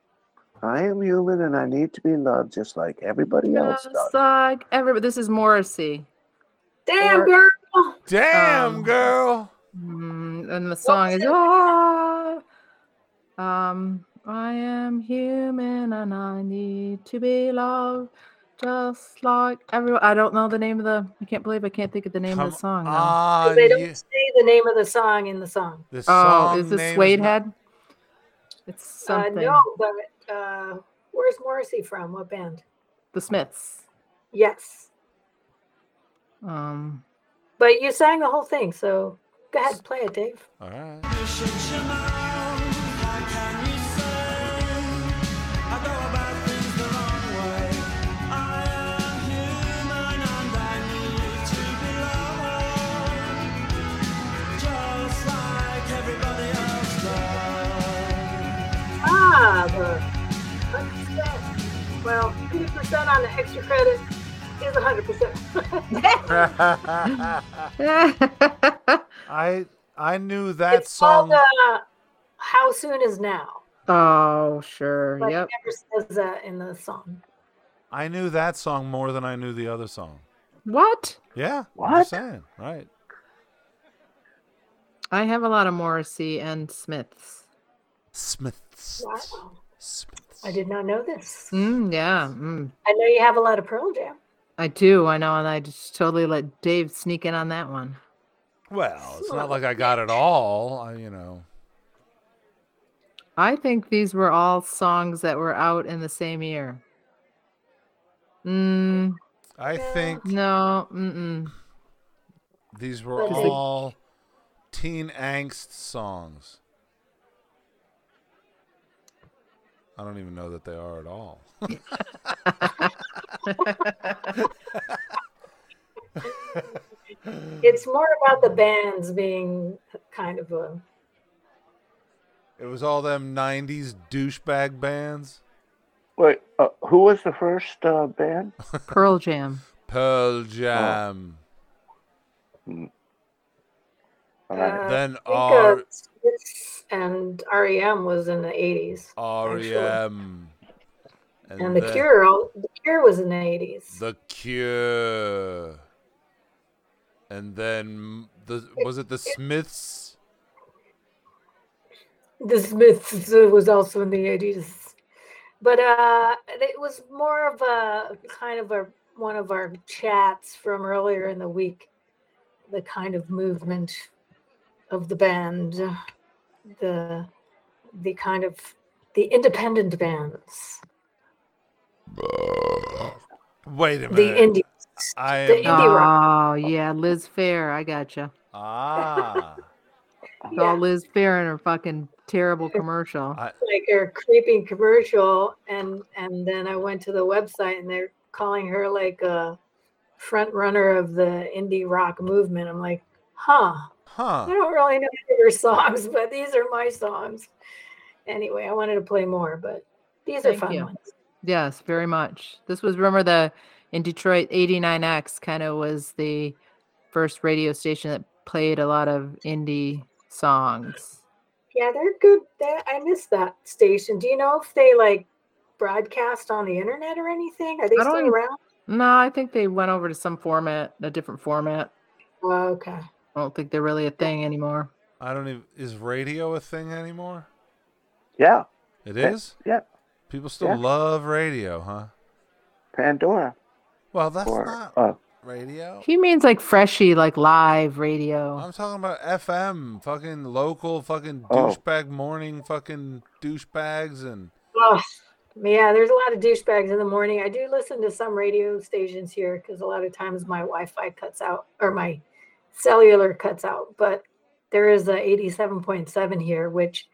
[SPEAKER 1] I am human and I need to be loved just like everybody else
[SPEAKER 3] Just
[SPEAKER 1] does.
[SPEAKER 3] like everybody. This is Morrissey.
[SPEAKER 5] Damn
[SPEAKER 3] Or-
[SPEAKER 5] girl.
[SPEAKER 2] Damn,
[SPEAKER 3] Um,
[SPEAKER 2] girl.
[SPEAKER 3] Mm, and the song
[SPEAKER 5] was
[SPEAKER 3] is
[SPEAKER 5] it?
[SPEAKER 3] ah, um, I am human and I need to be loved, just like everyone. I don't know the name of the. I can't believe I can't think of the name
[SPEAKER 2] Come
[SPEAKER 3] of the song. now.
[SPEAKER 2] on.
[SPEAKER 5] They don't
[SPEAKER 2] Uh, you-
[SPEAKER 5] say the name of the song in the song.
[SPEAKER 2] the
[SPEAKER 3] Oh,
[SPEAKER 2] song
[SPEAKER 3] is this
[SPEAKER 2] name
[SPEAKER 3] Suede
[SPEAKER 2] not-
[SPEAKER 3] Head? It's
[SPEAKER 5] Uh,
[SPEAKER 3] something.
[SPEAKER 5] no, but uh, where's Morrissey from? What band?
[SPEAKER 3] The Smiths.
[SPEAKER 5] Yes.
[SPEAKER 3] Um,
[SPEAKER 5] But you sang the whole thing, so go ahead, play it, Dave.
[SPEAKER 2] All right.
[SPEAKER 5] Ah, the 100%. Well, 50% on the extra credit is <laughs> 100%.
[SPEAKER 3] oh,
[SPEAKER 2] I I knew that
[SPEAKER 5] it's
[SPEAKER 2] song.
[SPEAKER 5] called uh, How Soon Is Now.
[SPEAKER 3] Oh, sure.
[SPEAKER 5] But
[SPEAKER 3] Yep.
[SPEAKER 5] it never says that in the song.
[SPEAKER 2] I knew that song more than I knew the other song.
[SPEAKER 3] What?
[SPEAKER 2] Yeah. I'm
[SPEAKER 1] What?
[SPEAKER 2] just saying. Right.
[SPEAKER 3] I have a lot of Morrissey and Smiths.
[SPEAKER 2] Smiths.
[SPEAKER 5] Wow.
[SPEAKER 2] Smiths.
[SPEAKER 5] I did not know this.
[SPEAKER 3] Mm, yeah, mm,
[SPEAKER 5] I know you have a lot of Pearl Jam.
[SPEAKER 3] I do. I know, and I just totally let Dave sneak in on that one.
[SPEAKER 2] Well, it's not like I got it all. I, you know.
[SPEAKER 3] I think these were all songs that were out in the same year. Mm,
[SPEAKER 2] I
[SPEAKER 5] Yeah.
[SPEAKER 2] think
[SPEAKER 3] no, mm-mm.
[SPEAKER 2] these were
[SPEAKER 5] But it's like-
[SPEAKER 2] all teen angst songs. I don't even know that they are at all.
[SPEAKER 5] It's more about the bands being kind of a
[SPEAKER 2] It was all them '90s douchebag bands.
[SPEAKER 1] Wait, uh, who was the first uh, band?
[SPEAKER 3] Pearl Jam.
[SPEAKER 2] Pearl Jam.
[SPEAKER 1] All right.
[SPEAKER 5] Uh,
[SPEAKER 2] then
[SPEAKER 5] I think
[SPEAKER 2] R-
[SPEAKER 5] uh, Smiths and REM was in the 80s.
[SPEAKER 2] REM.
[SPEAKER 5] And the
[SPEAKER 2] E then
[SPEAKER 5] Cure, all, the Cure was in the 80s.
[SPEAKER 2] The Cure. And then the was it the Smiths?
[SPEAKER 5] The Smiths <laughs> uh, was also in the 80s. But uh, it was more of a kind of a one of our chats from earlier in the week, the kind of movement of the band, the the kind of the independent bands,
[SPEAKER 2] Wait a
[SPEAKER 5] the
[SPEAKER 2] minute.
[SPEAKER 5] indie.
[SPEAKER 2] I
[SPEAKER 5] the
[SPEAKER 2] am
[SPEAKER 5] indie-
[SPEAKER 3] Oh yeah, Liz Fair. I gotcha.
[SPEAKER 2] ah.
[SPEAKER 3] It's all Liz Fair in her fucking terrible commercial.
[SPEAKER 2] I,
[SPEAKER 5] like her creeping commercial and and then i went to the website and they're calling her like a front runner of the indie rock movement i'm like huh i
[SPEAKER 2] huh.
[SPEAKER 5] don't really know any of her songs but these are my songs anyway i wanted to play more but these
[SPEAKER 3] Thank
[SPEAKER 5] are fun
[SPEAKER 3] you.
[SPEAKER 5] ones
[SPEAKER 3] Yes, very much. This was remember the in Detroit 89X kind of was the first radio station that played a lot of indie songs.
[SPEAKER 5] yeah they're good they, i miss that station do you know if they like broadcast on the internet or anything are they
[SPEAKER 3] I
[SPEAKER 5] still
[SPEAKER 3] don't-
[SPEAKER 5] around
[SPEAKER 3] No, I think they went over to some format, a different format.
[SPEAKER 5] oh, okay
[SPEAKER 3] I don't think they're really a thing anymore.
[SPEAKER 2] I don't even is radio a thing anymore?
[SPEAKER 1] Yeah,
[SPEAKER 2] It is?
[SPEAKER 1] yeah.
[SPEAKER 2] People still
[SPEAKER 1] Yeah.
[SPEAKER 2] love radio, huh?
[SPEAKER 1] Pandora
[SPEAKER 2] Well, that's
[SPEAKER 1] or
[SPEAKER 2] not
[SPEAKER 1] uh,
[SPEAKER 2] radio.
[SPEAKER 3] He means like freshy, like live radio.
[SPEAKER 2] I'm talking about FM, fucking local, fucking
[SPEAKER 1] Oh.
[SPEAKER 2] douchebag morning, fucking douchebags, and
[SPEAKER 5] Oh, yeah, there's a lot of douchebags in the morning. I do listen to some radio stations here because a lot of times my Wi-Fi cuts out or my cellular cuts out. But there is a 87.7 here, which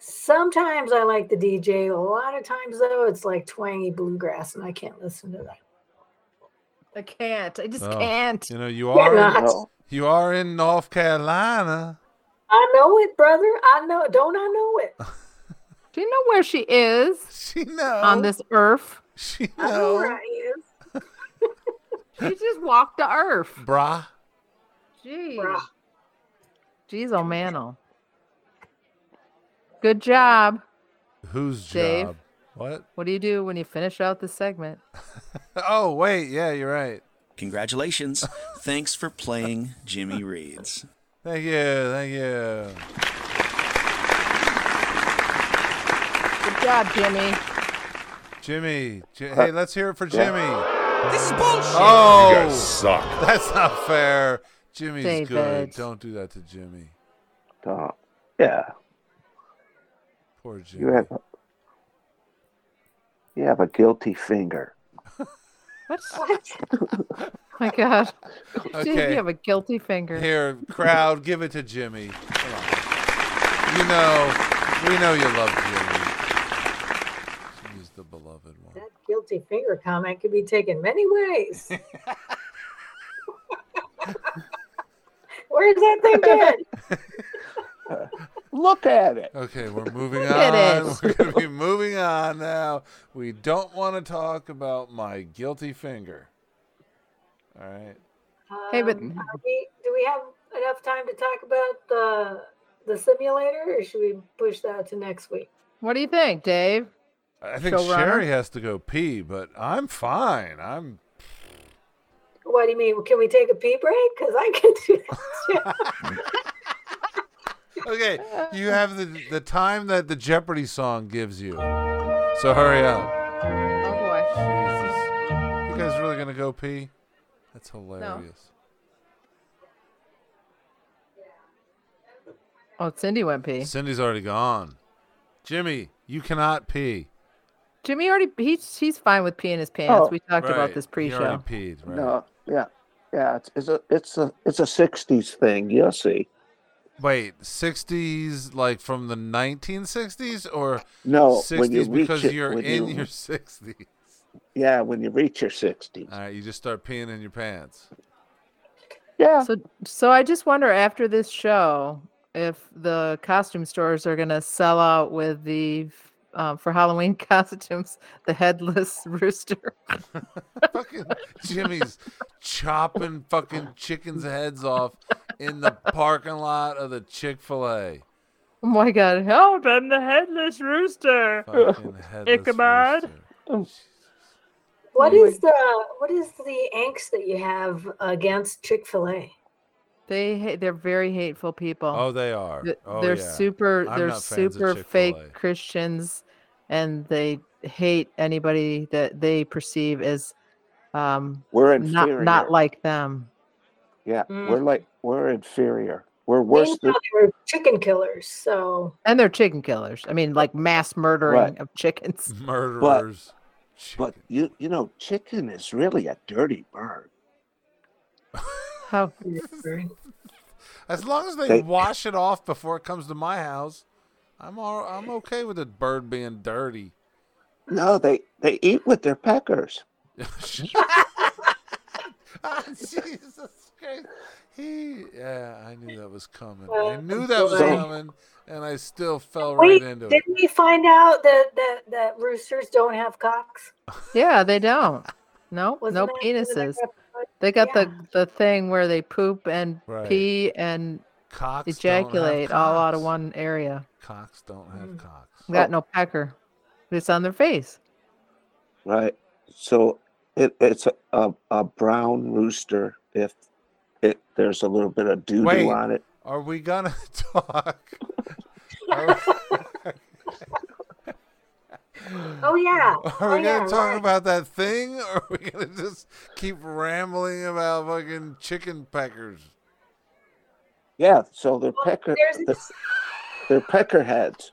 [SPEAKER 5] sometimes I like the DJ. A lot of times though, it's like twangy bluegrass, and I can't listen to that.
[SPEAKER 3] I can't. I just
[SPEAKER 2] Oh.
[SPEAKER 3] can't.
[SPEAKER 2] you know you
[SPEAKER 5] Yeah,
[SPEAKER 2] are
[SPEAKER 5] no,
[SPEAKER 1] no.
[SPEAKER 2] you are in North Carolina. <laughs>
[SPEAKER 5] I know it, brother. I know. Don't I know it?
[SPEAKER 3] Do you know where she is
[SPEAKER 2] She knows.
[SPEAKER 3] on this earth?
[SPEAKER 2] She
[SPEAKER 5] I know where
[SPEAKER 2] knows.
[SPEAKER 5] I am.
[SPEAKER 3] She just walked the earth.
[SPEAKER 2] Brah.
[SPEAKER 3] Jeez. Jeez, oh man. Good job.
[SPEAKER 2] Whose
[SPEAKER 3] Dave.
[SPEAKER 2] job? What?
[SPEAKER 3] What do you do when you finish out the segment?
[SPEAKER 2] Oh wait, yeah, you're right.
[SPEAKER 4] Congratulations. Thanks for playing Jimmy Reeds.
[SPEAKER 2] Thank you, thank you.
[SPEAKER 3] Good job, Jimmy.
[SPEAKER 2] Jimmy. J- hey, let's hear it for Jimmy.
[SPEAKER 8] This is bullshit.
[SPEAKER 2] Oh,
[SPEAKER 9] suck.
[SPEAKER 2] that's not fair. Jimmy's good.
[SPEAKER 3] David.
[SPEAKER 2] Don't do that to Jimmy.
[SPEAKER 1] uh, yeah.
[SPEAKER 2] Poor
[SPEAKER 1] You
[SPEAKER 2] Jimmy.
[SPEAKER 1] have a, you have a guilty finger.
[SPEAKER 3] What? <laughs> my
[SPEAKER 2] <laughs>
[SPEAKER 3] God. Jeez,
[SPEAKER 2] Okay.
[SPEAKER 3] you have a guilty finger.
[SPEAKER 2] Here, crowd, give it to Jimmy. Come on. You know, we know you love Jimmy. Jimmy's the beloved one.
[SPEAKER 5] That guilty finger comment could be taken many ways. Where's that thing been?
[SPEAKER 1] Look at it.
[SPEAKER 2] Okay,
[SPEAKER 3] <laughs>
[SPEAKER 2] we're moving
[SPEAKER 3] at
[SPEAKER 2] on. <laughs>
[SPEAKER 3] it.
[SPEAKER 2] We're going to be moving on now. We don't want to talk about my guilty finger. All right.
[SPEAKER 3] Hey, but-
[SPEAKER 5] Um, are we, do we have enough time to talk about the the simulator, or should we push that to next week?
[SPEAKER 3] What do you think, Dave?
[SPEAKER 2] I think
[SPEAKER 3] Showrunner?
[SPEAKER 2] Sherry has to go pee, but I'm fine. I'm
[SPEAKER 5] What do you mean? Can we take a pee break? Because I can do that.
[SPEAKER 2] Okay, you have the the time that the Jeopardy song gives you. So hurry up.
[SPEAKER 3] Oh boy.
[SPEAKER 2] Jesus. You guys really gonna go pee? That's hilarious.
[SPEAKER 3] Oh, Cindy went pee.
[SPEAKER 2] Cindy's already gone. Jimmy, you cannot pee.
[SPEAKER 3] Jimmy already he's he's fine with peeing his pants.
[SPEAKER 1] Oh,
[SPEAKER 3] we talked
[SPEAKER 2] Right,
[SPEAKER 3] about this
[SPEAKER 2] he
[SPEAKER 3] pre-show.
[SPEAKER 2] already peed, right?
[SPEAKER 1] No, yeah, yeah. It's, it's a it's a it's a '60s thing. You'll see.
[SPEAKER 2] Wait, 60s, like from the 1960s, or
[SPEAKER 1] No,
[SPEAKER 2] 60s
[SPEAKER 1] Oh, when you reach
[SPEAKER 2] because
[SPEAKER 1] it,
[SPEAKER 2] you're
[SPEAKER 1] when
[SPEAKER 2] in
[SPEAKER 1] you-
[SPEAKER 2] your 60s.
[SPEAKER 1] yeah, when you reach your '60s.
[SPEAKER 2] All right, you just start peeing in
[SPEAKER 1] <laughs>
[SPEAKER 2] your pants.
[SPEAKER 1] yeah,
[SPEAKER 3] So so I just wonder after this show if the costume stores are gonna sell out with the um, for Halloween <laughs> costumes, the headless <laughs> rooster.
[SPEAKER 2] fucking Jimmy's chopping fucking chickens' heads off in the parking lot of the Chick Fil A.
[SPEAKER 3] Oh my god, help! I'm the headless rooster.
[SPEAKER 2] Fucking headless
[SPEAKER 3] Ichabod.
[SPEAKER 2] rooster.
[SPEAKER 5] What
[SPEAKER 3] Oh my-
[SPEAKER 5] is the what is the angst that you have against Chick Fil A?
[SPEAKER 3] They ha- they're very hateful people.
[SPEAKER 2] Oh, they are.
[SPEAKER 3] Th-
[SPEAKER 2] Oh,
[SPEAKER 3] they're
[SPEAKER 2] yeah.
[SPEAKER 3] super
[SPEAKER 2] I'm
[SPEAKER 3] they're
[SPEAKER 2] not fans of
[SPEAKER 3] super
[SPEAKER 2] Chick-fil-A.
[SPEAKER 3] fake Christians and they hate anybody that they perceive as um
[SPEAKER 1] we're inferior.
[SPEAKER 3] not not like them.
[SPEAKER 1] yeah,
[SPEAKER 5] Mm.
[SPEAKER 2] Mm-hmm.
[SPEAKER 1] we're like we're inferior. We're
[SPEAKER 5] They
[SPEAKER 1] worse
[SPEAKER 5] know
[SPEAKER 1] than
[SPEAKER 5] they were chicken killers, so
[SPEAKER 3] And they're chicken killers. I mean like mass murdering
[SPEAKER 1] Right.
[SPEAKER 3] of chickens.
[SPEAKER 2] murderers.
[SPEAKER 1] But
[SPEAKER 2] Chicken.
[SPEAKER 1] you you know, chicken is really a dirty bird.
[SPEAKER 3] How
[SPEAKER 2] as long as they,
[SPEAKER 1] They-
[SPEAKER 2] wash it off before it comes to my house, I'm all, I'm okay with a bird being dirty.
[SPEAKER 1] No, they they eat with their peckers.
[SPEAKER 2] Ah, <laughs> Jesus Christ. He, yeah, I knew that was coming. I knew that was
[SPEAKER 1] So-
[SPEAKER 2] coming, and I still fell right
[SPEAKER 5] wait,
[SPEAKER 2] into it.
[SPEAKER 5] didn't we find out that, that that roosters don't have cocks?
[SPEAKER 3] Yeah, they don't. No,
[SPEAKER 5] Wasn't
[SPEAKER 3] no
[SPEAKER 5] that- wasn't that
[SPEAKER 3] penises. They got
[SPEAKER 5] yeah.
[SPEAKER 3] the the thing where they poop and
[SPEAKER 2] Right.
[SPEAKER 3] pee and
[SPEAKER 2] Cocks don't have
[SPEAKER 3] ejaculate all out of
[SPEAKER 2] cocks.
[SPEAKER 3] one area.
[SPEAKER 2] Cocks don't have
[SPEAKER 5] Mm.
[SPEAKER 2] cocks.
[SPEAKER 3] They Got no pecker. It's on their face.
[SPEAKER 1] Right. So it, it's a, a, a brown rooster if it there's a little bit of doo
[SPEAKER 2] Wait.
[SPEAKER 1] doo on it.
[SPEAKER 2] Are we gonna <laughs> talk? Are
[SPEAKER 5] <laughs> Oh yeah.
[SPEAKER 2] are we
[SPEAKER 5] oh,
[SPEAKER 2] gonna
[SPEAKER 5] yeah,
[SPEAKER 2] talk
[SPEAKER 5] right.
[SPEAKER 2] about that thing, or are we gonna just keep rambling about fucking chicken peckers?
[SPEAKER 1] Yeah, so their pecker
[SPEAKER 5] there's-
[SPEAKER 1] the, their pecker heads.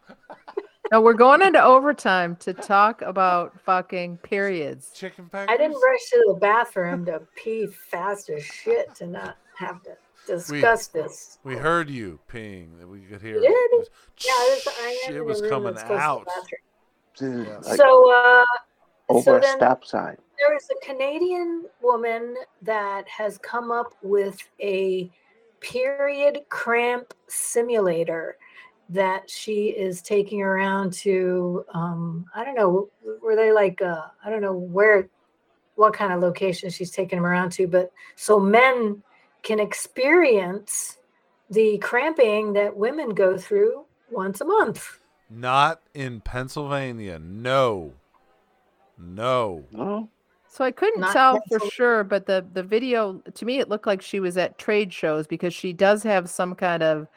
[SPEAKER 3] No, we're going into overtime to talk about fucking periods.
[SPEAKER 2] Chicken peckers.
[SPEAKER 5] I didn't rush to the bathroom to pee fast as shit to not have to discuss this.
[SPEAKER 2] We heard you peeing. That we could hear.
[SPEAKER 5] Yeah,
[SPEAKER 2] it.
[SPEAKER 5] I
[SPEAKER 2] It
[SPEAKER 5] Yeah, I was, I
[SPEAKER 2] was,
[SPEAKER 5] am in
[SPEAKER 2] it
[SPEAKER 5] the
[SPEAKER 2] was
[SPEAKER 5] room
[SPEAKER 2] coming
[SPEAKER 5] that's close to the
[SPEAKER 2] out.
[SPEAKER 5] bathroom.
[SPEAKER 1] Like
[SPEAKER 5] So uh,
[SPEAKER 1] over
[SPEAKER 5] so
[SPEAKER 1] a
[SPEAKER 5] then-
[SPEAKER 1] stop sign.
[SPEAKER 5] there is a Canadian woman that has come up with a period cramp simulator that she is taking around to um i don't know were they like uh i don't know where what kind of location she's taking them around to but so men can experience the cramping that women go through once a month
[SPEAKER 2] Not in Pennsylvania. No. No.
[SPEAKER 1] No.
[SPEAKER 3] So I couldn't
[SPEAKER 5] Not
[SPEAKER 3] tell for
[SPEAKER 5] cancel-
[SPEAKER 3] sure, but the the video to me it looked like she was at trade shows because she does have some kind of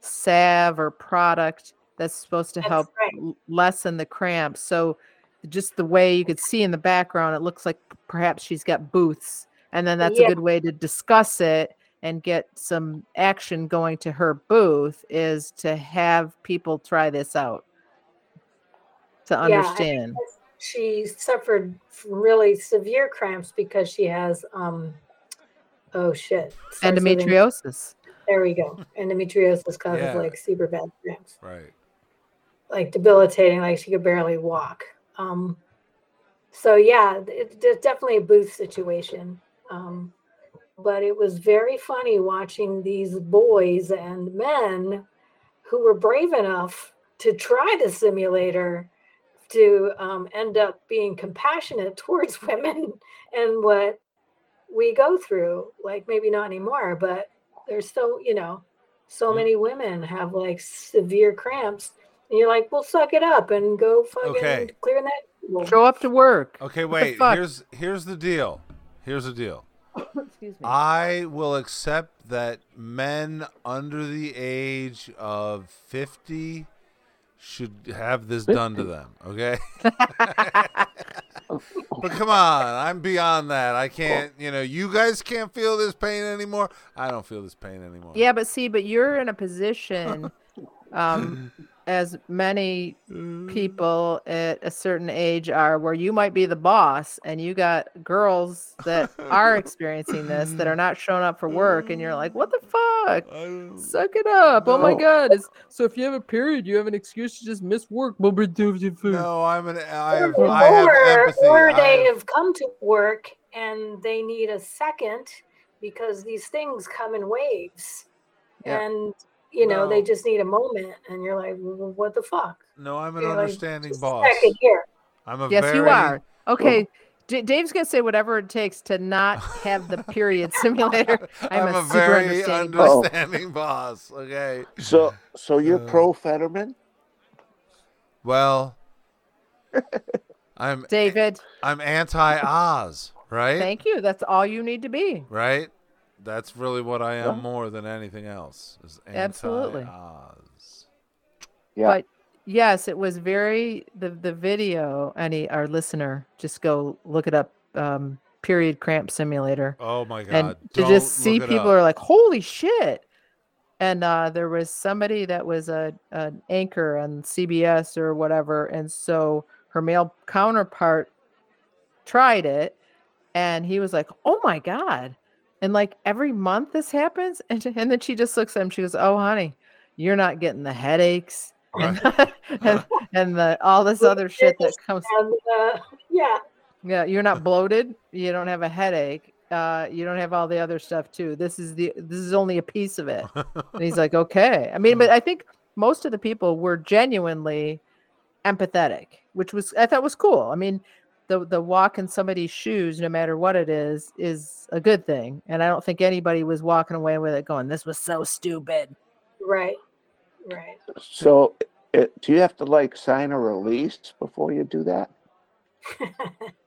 [SPEAKER 3] salve or product that's supposed to
[SPEAKER 5] That's
[SPEAKER 3] help
[SPEAKER 5] right.
[SPEAKER 3] l- lessen the cramps. So just the way you could see in the background, it looks like p- perhaps she's got booths, and then that's
[SPEAKER 5] Yeah.
[SPEAKER 3] a good way to discuss it and get some action going to her booth is to have people try this out to
[SPEAKER 5] I think
[SPEAKER 3] understand.
[SPEAKER 5] she suffered from really severe cramps because she has um oh shit sarcoma.
[SPEAKER 3] endometriosis.
[SPEAKER 5] there we go endometriosis causes
[SPEAKER 2] Yeah.
[SPEAKER 5] like super bad cramps
[SPEAKER 2] Right.
[SPEAKER 5] like debilitating like she could barely walk um so yeah it, it's definitely a booth situation um but it was very funny watching these boys and men who were brave enough to try the simulator to um, end up being compassionate <laughs> towards women and what we go through like maybe not anymore but there's so you know so
[SPEAKER 2] Yeah.
[SPEAKER 5] many women have like severe cramps and you're like well suck it up and go fucking
[SPEAKER 2] Okay.
[SPEAKER 5] clear that table."
[SPEAKER 3] Show up to work.
[SPEAKER 2] Okay,
[SPEAKER 3] What the
[SPEAKER 2] wait.
[SPEAKER 3] fuck?
[SPEAKER 2] Here's here's the deal. Here's the deal.
[SPEAKER 5] <laughs>
[SPEAKER 9] Excuse me.
[SPEAKER 2] I will accept that men under the age of 50 should have this done to them,
[SPEAKER 3] <laughs>
[SPEAKER 2] okay? but come on, I'm beyond that. I can't, you know, you guys can't feel this pain anymore. I don't feel this pain anymore.
[SPEAKER 3] Yeah, but see, but you're in a position, um, as many people at a certain age are, where you might be the boss, and you got girls that are experiencing this that are not showing up for work, and you're like, what the fuck? Suck it up! Oh my
[SPEAKER 1] No.
[SPEAKER 3] god! It's, so if you have a period, you have an excuse to just miss work. No.
[SPEAKER 2] No, I'm an I have,
[SPEAKER 5] Or,
[SPEAKER 2] I have empathy.
[SPEAKER 5] or
[SPEAKER 2] I
[SPEAKER 5] they
[SPEAKER 2] have-
[SPEAKER 5] have come to work and they need a second because these things come in waves.
[SPEAKER 3] Yeah.
[SPEAKER 5] And, you know, they
[SPEAKER 2] Well-
[SPEAKER 5] just need a moment. And you're like, "Well, what the fuck?
[SPEAKER 2] no, I'm an
[SPEAKER 5] You're like,
[SPEAKER 2] understanding
[SPEAKER 5] Just a
[SPEAKER 2] boss.
[SPEAKER 5] Second here.
[SPEAKER 2] I'm a
[SPEAKER 3] Yes,
[SPEAKER 2] very,
[SPEAKER 3] you are. Okay. D- Dave's gonna say whatever it takes to not have the period simulator. <laughs> I'm,
[SPEAKER 2] I'm,
[SPEAKER 3] a,
[SPEAKER 2] a,
[SPEAKER 3] super
[SPEAKER 2] very
[SPEAKER 3] understanding
[SPEAKER 2] understanding,
[SPEAKER 3] boss.
[SPEAKER 1] boss.
[SPEAKER 2] boss. Okay.
[SPEAKER 1] So, so you're
[SPEAKER 2] Uh,
[SPEAKER 1] pro Fetterman?
[SPEAKER 3] <laughs>
[SPEAKER 2] Well, I'm
[SPEAKER 3] David,
[SPEAKER 2] I'm anti Oz, right?
[SPEAKER 3] thank you. That's all you need to be.
[SPEAKER 2] right? That's really what I am more than anything else. Is anti
[SPEAKER 3] Absolutely.
[SPEAKER 2] Oz.
[SPEAKER 1] Yeah.
[SPEAKER 3] But yes, it was very the the video. Any our listener, just go look it up. Um, period cramp simulator,
[SPEAKER 2] Oh my god!
[SPEAKER 3] and to
[SPEAKER 2] Don't
[SPEAKER 3] just see
[SPEAKER 2] look it
[SPEAKER 3] people
[SPEAKER 2] up.
[SPEAKER 3] are like, holy shit. And uh, there was somebody that was a an anchor on CBS or whatever, and so her male counterpart tried it, and he was like, "Oh my god!" And like every month this happens, <laughs> and she- and then she just looks at him. She goes, "Oh honey, you're not getting the headaches."
[SPEAKER 2] <laughs>
[SPEAKER 3] And, <laughs> and, and the all this other shit that comes
[SPEAKER 5] And, uh, <laughs> yeah.
[SPEAKER 3] yeah, you're not bloated. You don't have a headache. Uh, you don't have all the other stuff too. This is the this is only a piece
[SPEAKER 2] <laughs>
[SPEAKER 3] of it. And he's like, okay. I mean, but I think most of the people were genuinely empathetic, which was I thought was cool. I mean, the the walk in somebody's shoes, no matter what it is, is a good thing. And I don't think anybody was walking away with it going, "This was so stupid."
[SPEAKER 5] Right. Right. <laughs>
[SPEAKER 1] So, it, do you have to like sign a release before you do that?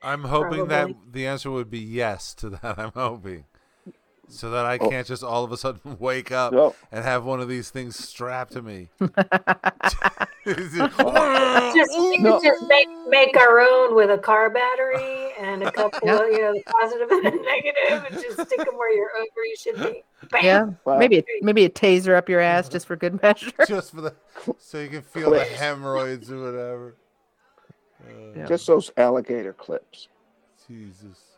[SPEAKER 2] I'm hoping that
[SPEAKER 5] Probably.
[SPEAKER 2] the answer would be yes to that. <laughs> I'm hoping, so that
[SPEAKER 3] Oh.
[SPEAKER 2] I can't just all of a sudden <laughs> wake up
[SPEAKER 1] No.
[SPEAKER 2] and have one of these things strapped to
[SPEAKER 3] <laughs>
[SPEAKER 2] me. <laughs>
[SPEAKER 5] just we could just make make our own with a car battery and a
[SPEAKER 2] <laughs>
[SPEAKER 5] couple of you know the positive and <laughs> the negative and just stick them where your ovary should be. Bam.
[SPEAKER 3] Yeah,
[SPEAKER 1] Well,
[SPEAKER 3] maybe a, maybe a taser up your ass just for good measure. <laughs>
[SPEAKER 2] just for the so you can feel the
[SPEAKER 1] Clips.
[SPEAKER 2] hemorrhoids or whatever. Uh,
[SPEAKER 3] Yeah.
[SPEAKER 1] just those alligator clips.
[SPEAKER 2] Jesus.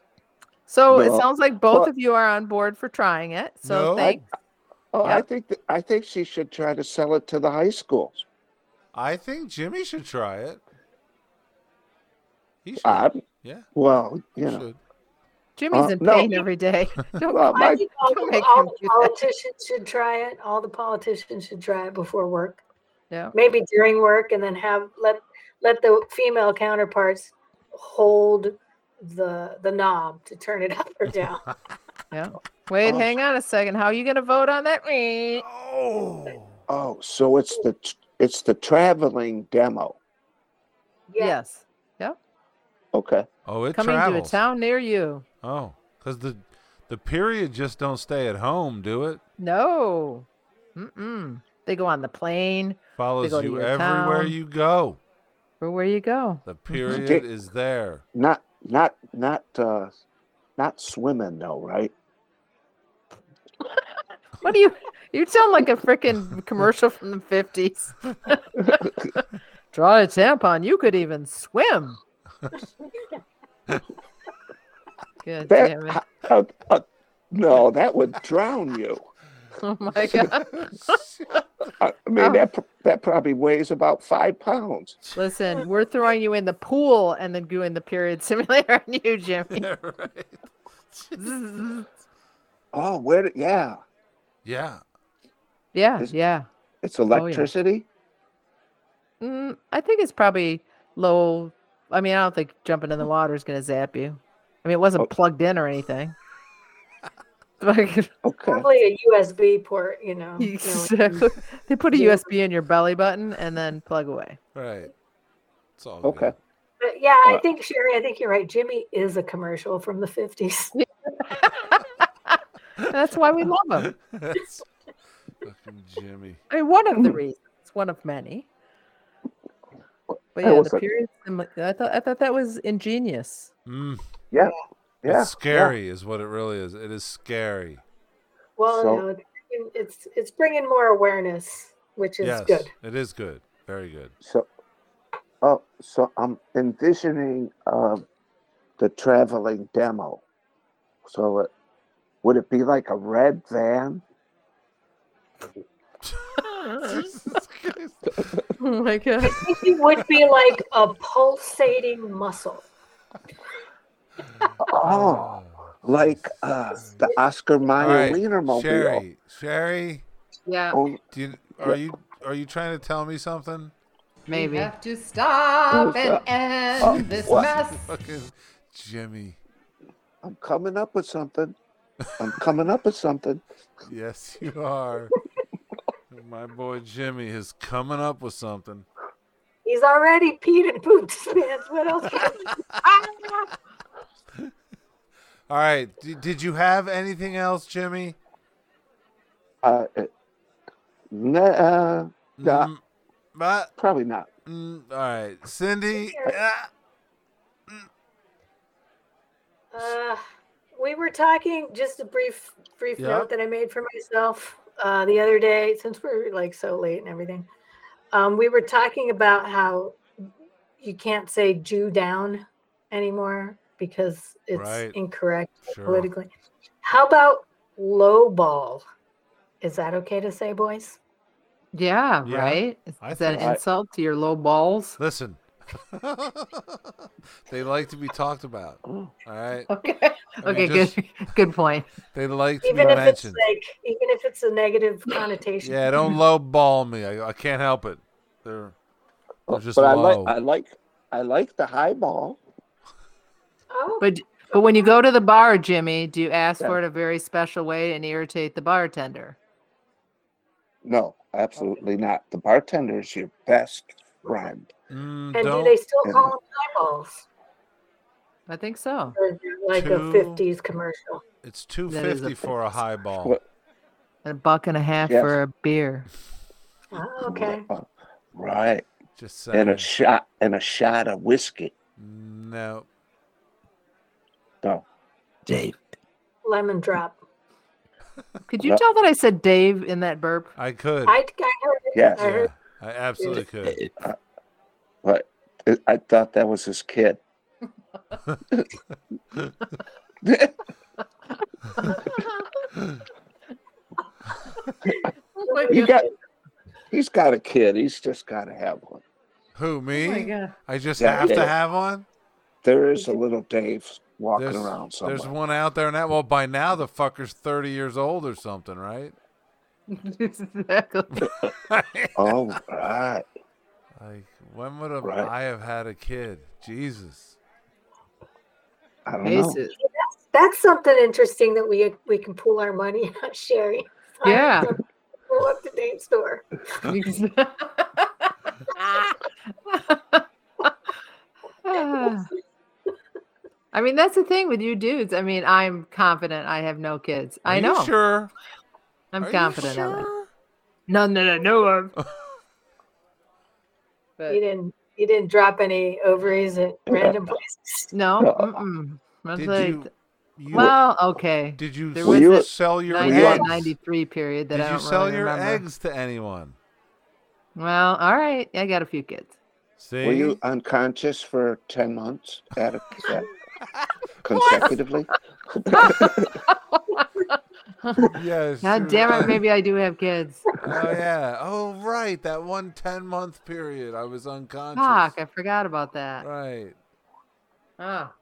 [SPEAKER 3] So it
[SPEAKER 1] Well,
[SPEAKER 3] sounds like both
[SPEAKER 1] but-
[SPEAKER 3] of you are on board for trying it. So
[SPEAKER 2] No.
[SPEAKER 3] thank
[SPEAKER 1] Oh, I
[SPEAKER 3] Yep.
[SPEAKER 1] think th- I think she should try to sell it to the high schools.
[SPEAKER 2] I think Jimmy should try it. He should.
[SPEAKER 1] i
[SPEAKER 2] yeah,
[SPEAKER 1] Um, well,
[SPEAKER 2] he
[SPEAKER 1] you know,
[SPEAKER 2] should.
[SPEAKER 3] Jimmy's in
[SPEAKER 1] uh, no.
[SPEAKER 3] pain every day.
[SPEAKER 1] <laughs>
[SPEAKER 3] <laughs> Don't
[SPEAKER 1] well,
[SPEAKER 5] I
[SPEAKER 1] my,
[SPEAKER 5] think all,
[SPEAKER 3] Don't make
[SPEAKER 5] all
[SPEAKER 3] him do
[SPEAKER 5] the
[SPEAKER 3] that.
[SPEAKER 5] politicians should try it. All the politicians should try it before work.
[SPEAKER 3] Yeah.
[SPEAKER 5] Maybe during work and then have let let the female counterparts hold the the knob to turn it <laughs> up or down.
[SPEAKER 1] <laughs>
[SPEAKER 3] Wait,
[SPEAKER 1] Oh.
[SPEAKER 3] hang on a second. How are you going to vote on that? Eh.
[SPEAKER 2] Oh.
[SPEAKER 1] oh, so it's the t- it's the traveling demo.
[SPEAKER 5] Yeah.
[SPEAKER 3] Yes.
[SPEAKER 1] Okay,
[SPEAKER 2] Oh, it
[SPEAKER 3] Coming
[SPEAKER 2] travels.
[SPEAKER 3] to a town near you.
[SPEAKER 2] Oh, because the the period just don't stay at home, do it?
[SPEAKER 3] No. Mm-mm. They go on the plane
[SPEAKER 2] Follows
[SPEAKER 3] go to
[SPEAKER 2] you
[SPEAKER 3] your
[SPEAKER 2] everywhere
[SPEAKER 3] town.
[SPEAKER 2] you go.
[SPEAKER 3] or where you go.
[SPEAKER 2] The period
[SPEAKER 1] Dick-
[SPEAKER 2] is there. <laughs>
[SPEAKER 1] not not not uh, not swimming though, right?
[SPEAKER 3] What
[SPEAKER 1] <laughs>
[SPEAKER 3] do you? You sound like a freaking commercial from the 50s. <laughs> Draw a tampon. You could
[SPEAKER 1] <laughs>
[SPEAKER 3] even swim. Good
[SPEAKER 1] That
[SPEAKER 3] damn it. <laughs>
[SPEAKER 1] uh, uh, no, that would drown
[SPEAKER 2] <laughs>
[SPEAKER 1] you.
[SPEAKER 3] Oh
[SPEAKER 1] <laughs>
[SPEAKER 3] my god.
[SPEAKER 1] I I mean,
[SPEAKER 3] Oh.
[SPEAKER 1] that pr- that probably weighs about five pounds.
[SPEAKER 3] Listen, we're throwing you in the pool and then doing the period <laughs> simulator on
[SPEAKER 2] <laughs>
[SPEAKER 3] you, Jimmy.
[SPEAKER 2] Yeah, right.
[SPEAKER 1] Oh, where? did- Yeah,
[SPEAKER 2] Yeah.
[SPEAKER 3] Yeah,
[SPEAKER 1] Is-
[SPEAKER 3] yeah.
[SPEAKER 1] it's
[SPEAKER 3] yeah.
[SPEAKER 1] electricity.
[SPEAKER 3] Mm, I think it's probably low. I mean, I don't think jumping in the water is going to zap you. I mean, it wasn't
[SPEAKER 1] Oh.
[SPEAKER 3] plugged in or anything. Like, <laughs>
[SPEAKER 1] Okay.
[SPEAKER 5] Probably a USB port, you know. you know,
[SPEAKER 3] exactly. They put a
[SPEAKER 5] Oh, Yeah.
[SPEAKER 3] USB in your belly button and then plug away.
[SPEAKER 2] Right. It's all
[SPEAKER 1] Okay.
[SPEAKER 2] good.
[SPEAKER 5] But yeah, I
[SPEAKER 1] Uh,
[SPEAKER 5] think Sherry, I think you're right. Jimmy is a commercial from the 50s.
[SPEAKER 3] That's why we love him.
[SPEAKER 2] That's <laughs> fucking Jimmy.
[SPEAKER 3] I mean, one of the reasons, one of many. But
[SPEAKER 1] That
[SPEAKER 3] yeah,
[SPEAKER 1] was
[SPEAKER 3] the
[SPEAKER 1] a-
[SPEAKER 3] period. symbol- I thought I thought that was ingenious. <laughs>
[SPEAKER 2] Mm,
[SPEAKER 1] Yeah.
[SPEAKER 2] it's scary, is what it really is. It is scary.
[SPEAKER 5] <laughs> Well,
[SPEAKER 1] So-
[SPEAKER 5] no, it's bringing- it's it's bringing more awareness, which is
[SPEAKER 2] yes,
[SPEAKER 5] good.
[SPEAKER 2] it is good. Very
[SPEAKER 5] <laughs>
[SPEAKER 2] good.
[SPEAKER 1] So, oh, so I'm envisioning uh, the traveling demo. So, it, would it be like a red van?
[SPEAKER 2] Jesus Christ.
[SPEAKER 3] Oh my god!
[SPEAKER 5] I think it would be like a pulsating muscle.
[SPEAKER 1] Oh, like uh, the Oscar
[SPEAKER 2] All
[SPEAKER 1] Mayer
[SPEAKER 2] right,
[SPEAKER 1] Wienermobile.
[SPEAKER 2] Sherry. Sherry,
[SPEAKER 3] Yeah,
[SPEAKER 1] Oh,
[SPEAKER 2] do you, are you are you trying to tell me something?
[SPEAKER 3] maybe.
[SPEAKER 9] We have to stop and end Oh, this
[SPEAKER 1] Oh, what?
[SPEAKER 9] mess.
[SPEAKER 2] <laughs> Fucking Jimmy.
[SPEAKER 1] I'm coming up with something. I'm coming up with something.
[SPEAKER 2] Yes, you <laughs> are. My boy Jimmy is coming up with something.
[SPEAKER 5] He's already peed and pooped, <laughs> man. What else? Can
[SPEAKER 2] All right. D- did you have anything else, Jimmy?
[SPEAKER 1] Uh, it- nah, Yeah.
[SPEAKER 2] Mm, but,
[SPEAKER 1] probably not.
[SPEAKER 2] mm, all right. Cindy.
[SPEAKER 5] Here.
[SPEAKER 2] ah,
[SPEAKER 5] Uh, we were talking just a brief brief
[SPEAKER 2] Yeah.
[SPEAKER 5] note that I made for myself uh, the other day since we're like so late and everything. Um, we were talking about how you can't say Jew down anymore because it's
[SPEAKER 2] Right.
[SPEAKER 5] incorrect
[SPEAKER 2] sure.
[SPEAKER 5] politically. How about low ball? Is that okay to say, boys?
[SPEAKER 3] Yeah,
[SPEAKER 2] Yeah,
[SPEAKER 3] right. Is,
[SPEAKER 2] I
[SPEAKER 3] is that
[SPEAKER 2] think-
[SPEAKER 3] an
[SPEAKER 1] I-
[SPEAKER 3] insult to your
[SPEAKER 2] <laughs>
[SPEAKER 3] low balls?
[SPEAKER 2] Listen. they like to be talked about.
[SPEAKER 1] Oh.
[SPEAKER 2] All right.
[SPEAKER 3] Okay.
[SPEAKER 2] mean,
[SPEAKER 3] Okay.
[SPEAKER 2] just-
[SPEAKER 3] good. <laughs> Good point.
[SPEAKER 2] They like to be
[SPEAKER 5] Even if it's
[SPEAKER 2] mentioned.
[SPEAKER 5] like, even if it's a
[SPEAKER 2] <clears throat>
[SPEAKER 5] negative connotation.
[SPEAKER 2] Yeah, don't lowball me. I, I can't help it. They're They're just
[SPEAKER 1] but I
[SPEAKER 2] low.
[SPEAKER 1] like, I like, I like the highball.
[SPEAKER 5] Oh,
[SPEAKER 3] But but when you go to the bar, Jimmy, do you ask
[SPEAKER 1] Yeah.
[SPEAKER 3] for it a very special way and irritate the bartender?
[SPEAKER 1] No, absolutely not. The bartender is your best friend.
[SPEAKER 2] mm,
[SPEAKER 5] and
[SPEAKER 2] don't
[SPEAKER 5] do they still
[SPEAKER 1] yeah.
[SPEAKER 5] call them eyeballs?
[SPEAKER 3] I think so.
[SPEAKER 5] Or is it like
[SPEAKER 2] Two-
[SPEAKER 5] a '50s commercial?
[SPEAKER 2] It's two
[SPEAKER 3] That is
[SPEAKER 2] fifty
[SPEAKER 3] a
[SPEAKER 2] for a highball.
[SPEAKER 1] What-
[SPEAKER 3] A buck and a half
[SPEAKER 1] Yes.
[SPEAKER 3] for a beer.
[SPEAKER 5] Oh, okay.
[SPEAKER 1] uh, Right.
[SPEAKER 2] Just
[SPEAKER 1] And
[SPEAKER 2] saying.
[SPEAKER 1] a shot and a shot of whiskey.
[SPEAKER 2] No,
[SPEAKER 1] No.
[SPEAKER 4] Dave.
[SPEAKER 5] Lemon drop.
[SPEAKER 3] Could you
[SPEAKER 1] No.
[SPEAKER 3] tell that I said Dave in that burp?
[SPEAKER 2] I could.
[SPEAKER 5] I, I heard it.
[SPEAKER 1] Yes.
[SPEAKER 5] I
[SPEAKER 2] yeah,
[SPEAKER 5] heard
[SPEAKER 2] I absolutely could.
[SPEAKER 1] But it- I thought that was his kid. <laughs>
[SPEAKER 3] Oh
[SPEAKER 1] you got he's got a kid. He's just gotta have one.
[SPEAKER 2] Who me?
[SPEAKER 3] Oh god. <laughs>
[SPEAKER 2] I just
[SPEAKER 1] Yeah,
[SPEAKER 2] have
[SPEAKER 1] yeah.
[SPEAKER 2] to have one.
[SPEAKER 1] There is a little Dave walking
[SPEAKER 2] There's,
[SPEAKER 1] around somewhere.
[SPEAKER 2] there's one out there now. Well, by now the fucker's thirty years old or something, right? <laughs>
[SPEAKER 3] exactly.
[SPEAKER 1] Oh right.
[SPEAKER 2] Like, when would have
[SPEAKER 1] Right.
[SPEAKER 2] I have had a kid? Jesus.
[SPEAKER 1] I don't know.
[SPEAKER 3] Aces.
[SPEAKER 5] That's something interesting that we we can pool our money <laughs> on sharing. <laughs>
[SPEAKER 3] Yeah.
[SPEAKER 5] Go up to Dave's store.
[SPEAKER 3] Ah. I mean, that's the thing with you dudes. I mean, I'm confident I have no kids.
[SPEAKER 2] Are
[SPEAKER 3] I
[SPEAKER 2] you
[SPEAKER 3] know.
[SPEAKER 2] sure.
[SPEAKER 3] I'm
[SPEAKER 2] Are you
[SPEAKER 3] confident of it.
[SPEAKER 2] sure?
[SPEAKER 3] None that I
[SPEAKER 2] <laughs>
[SPEAKER 3] know of. But
[SPEAKER 5] You didn't you didn't drop any ovaries at random places.
[SPEAKER 3] no.
[SPEAKER 1] No.
[SPEAKER 3] Mm-mm. That's
[SPEAKER 2] Did
[SPEAKER 3] like,
[SPEAKER 2] you, you?
[SPEAKER 3] well, okay.
[SPEAKER 2] did you
[SPEAKER 3] there
[SPEAKER 2] s-
[SPEAKER 1] was a
[SPEAKER 2] sell your
[SPEAKER 1] you
[SPEAKER 2] eggs?
[SPEAKER 1] on-
[SPEAKER 3] 93 period that
[SPEAKER 2] Did
[SPEAKER 3] I
[SPEAKER 2] you
[SPEAKER 3] don't
[SPEAKER 2] sell
[SPEAKER 3] really
[SPEAKER 2] your
[SPEAKER 3] remember.
[SPEAKER 2] eggs to anyone?
[SPEAKER 3] Well, all right. I got a few kids.
[SPEAKER 2] See,
[SPEAKER 1] Were you unconscious for ten months at a, at- consecutively? <laughs>
[SPEAKER 2] yes.
[SPEAKER 3] God damn it. Maybe I do
[SPEAKER 2] <laughs>
[SPEAKER 3] have kids.
[SPEAKER 2] Oh yeah. Oh right, that one 10 month period I was unconscious.
[SPEAKER 3] Fuck. I forgot about that.
[SPEAKER 2] Right.
[SPEAKER 3] Ah.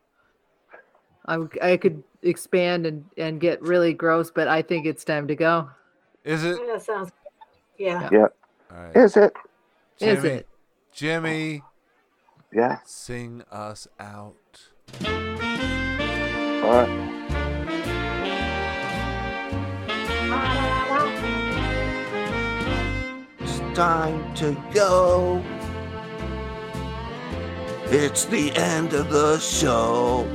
[SPEAKER 3] I, w- I could expand and, and get really gross, but I think it's time to go.
[SPEAKER 2] Is it?
[SPEAKER 5] That sounds. Yeah.
[SPEAKER 2] All
[SPEAKER 1] <laughs>
[SPEAKER 2] right.
[SPEAKER 1] Is it?
[SPEAKER 3] Is
[SPEAKER 2] Jimmy,
[SPEAKER 3] it?
[SPEAKER 2] Jimmy,
[SPEAKER 1] Yeah.
[SPEAKER 2] sing us out.
[SPEAKER 1] All right.
[SPEAKER 5] Ah,
[SPEAKER 10] It's time to go. It's the end of the show.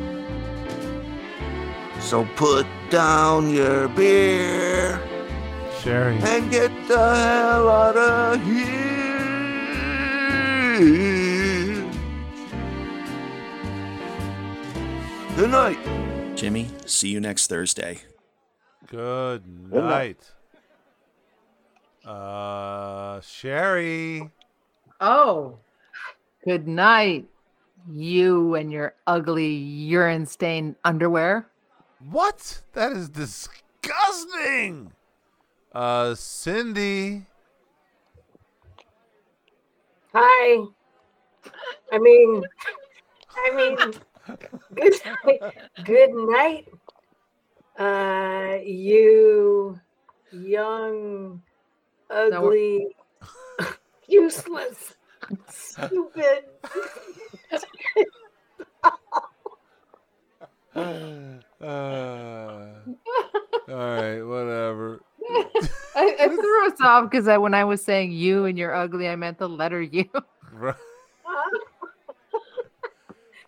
[SPEAKER 1] So put down your beer
[SPEAKER 2] Sherry.
[SPEAKER 1] and get the hell out of here. Good night.
[SPEAKER 4] Jimmy, see you next Thursday.
[SPEAKER 2] Good
[SPEAKER 1] Good
[SPEAKER 2] night.
[SPEAKER 1] night.
[SPEAKER 2] Uh, Sherry.
[SPEAKER 3] Oh, good night, you and your ugly urine stained underwear.
[SPEAKER 2] What? That is disgusting. Uh, Cindy.
[SPEAKER 5] Hi. I mean, I mean, good night. Good night. Uh, you young, ugly, <laughs> useless, stupid.
[SPEAKER 2] <sighs> Uh, all right, whatever. <laughs>
[SPEAKER 3] I, I threw us off because I, when I was saying you and you're ugly, I meant the letter <laughs> U.
[SPEAKER 2] Right.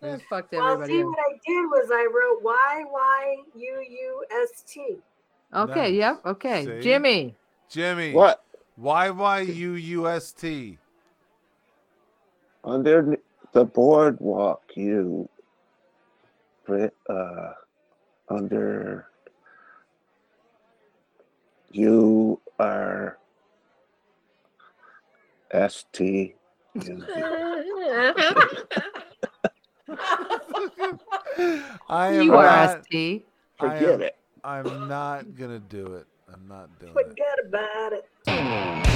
[SPEAKER 3] I fucked
[SPEAKER 5] Well, see,
[SPEAKER 3] everybody. up.
[SPEAKER 5] what I did was I wrote Y Y U U S T.
[SPEAKER 3] Okay,
[SPEAKER 2] Nice.
[SPEAKER 3] yep, okay.
[SPEAKER 2] See?
[SPEAKER 3] <laughs> Jimmy,
[SPEAKER 2] Jimmy.
[SPEAKER 1] What?
[SPEAKER 2] Y Y U U
[SPEAKER 1] <laughs>
[SPEAKER 2] S T.
[SPEAKER 1] Under the boardwalk, you. Brit, uh, under. You are. S T.
[SPEAKER 2] I am
[SPEAKER 3] you
[SPEAKER 2] not,
[SPEAKER 3] are ST.
[SPEAKER 2] I
[SPEAKER 1] Forget
[SPEAKER 2] am-
[SPEAKER 1] it.
[SPEAKER 2] I'm not gonna do it. I'm not doing it.
[SPEAKER 5] Forget about it.
[SPEAKER 2] All
[SPEAKER 4] Oh, Oh, Oh,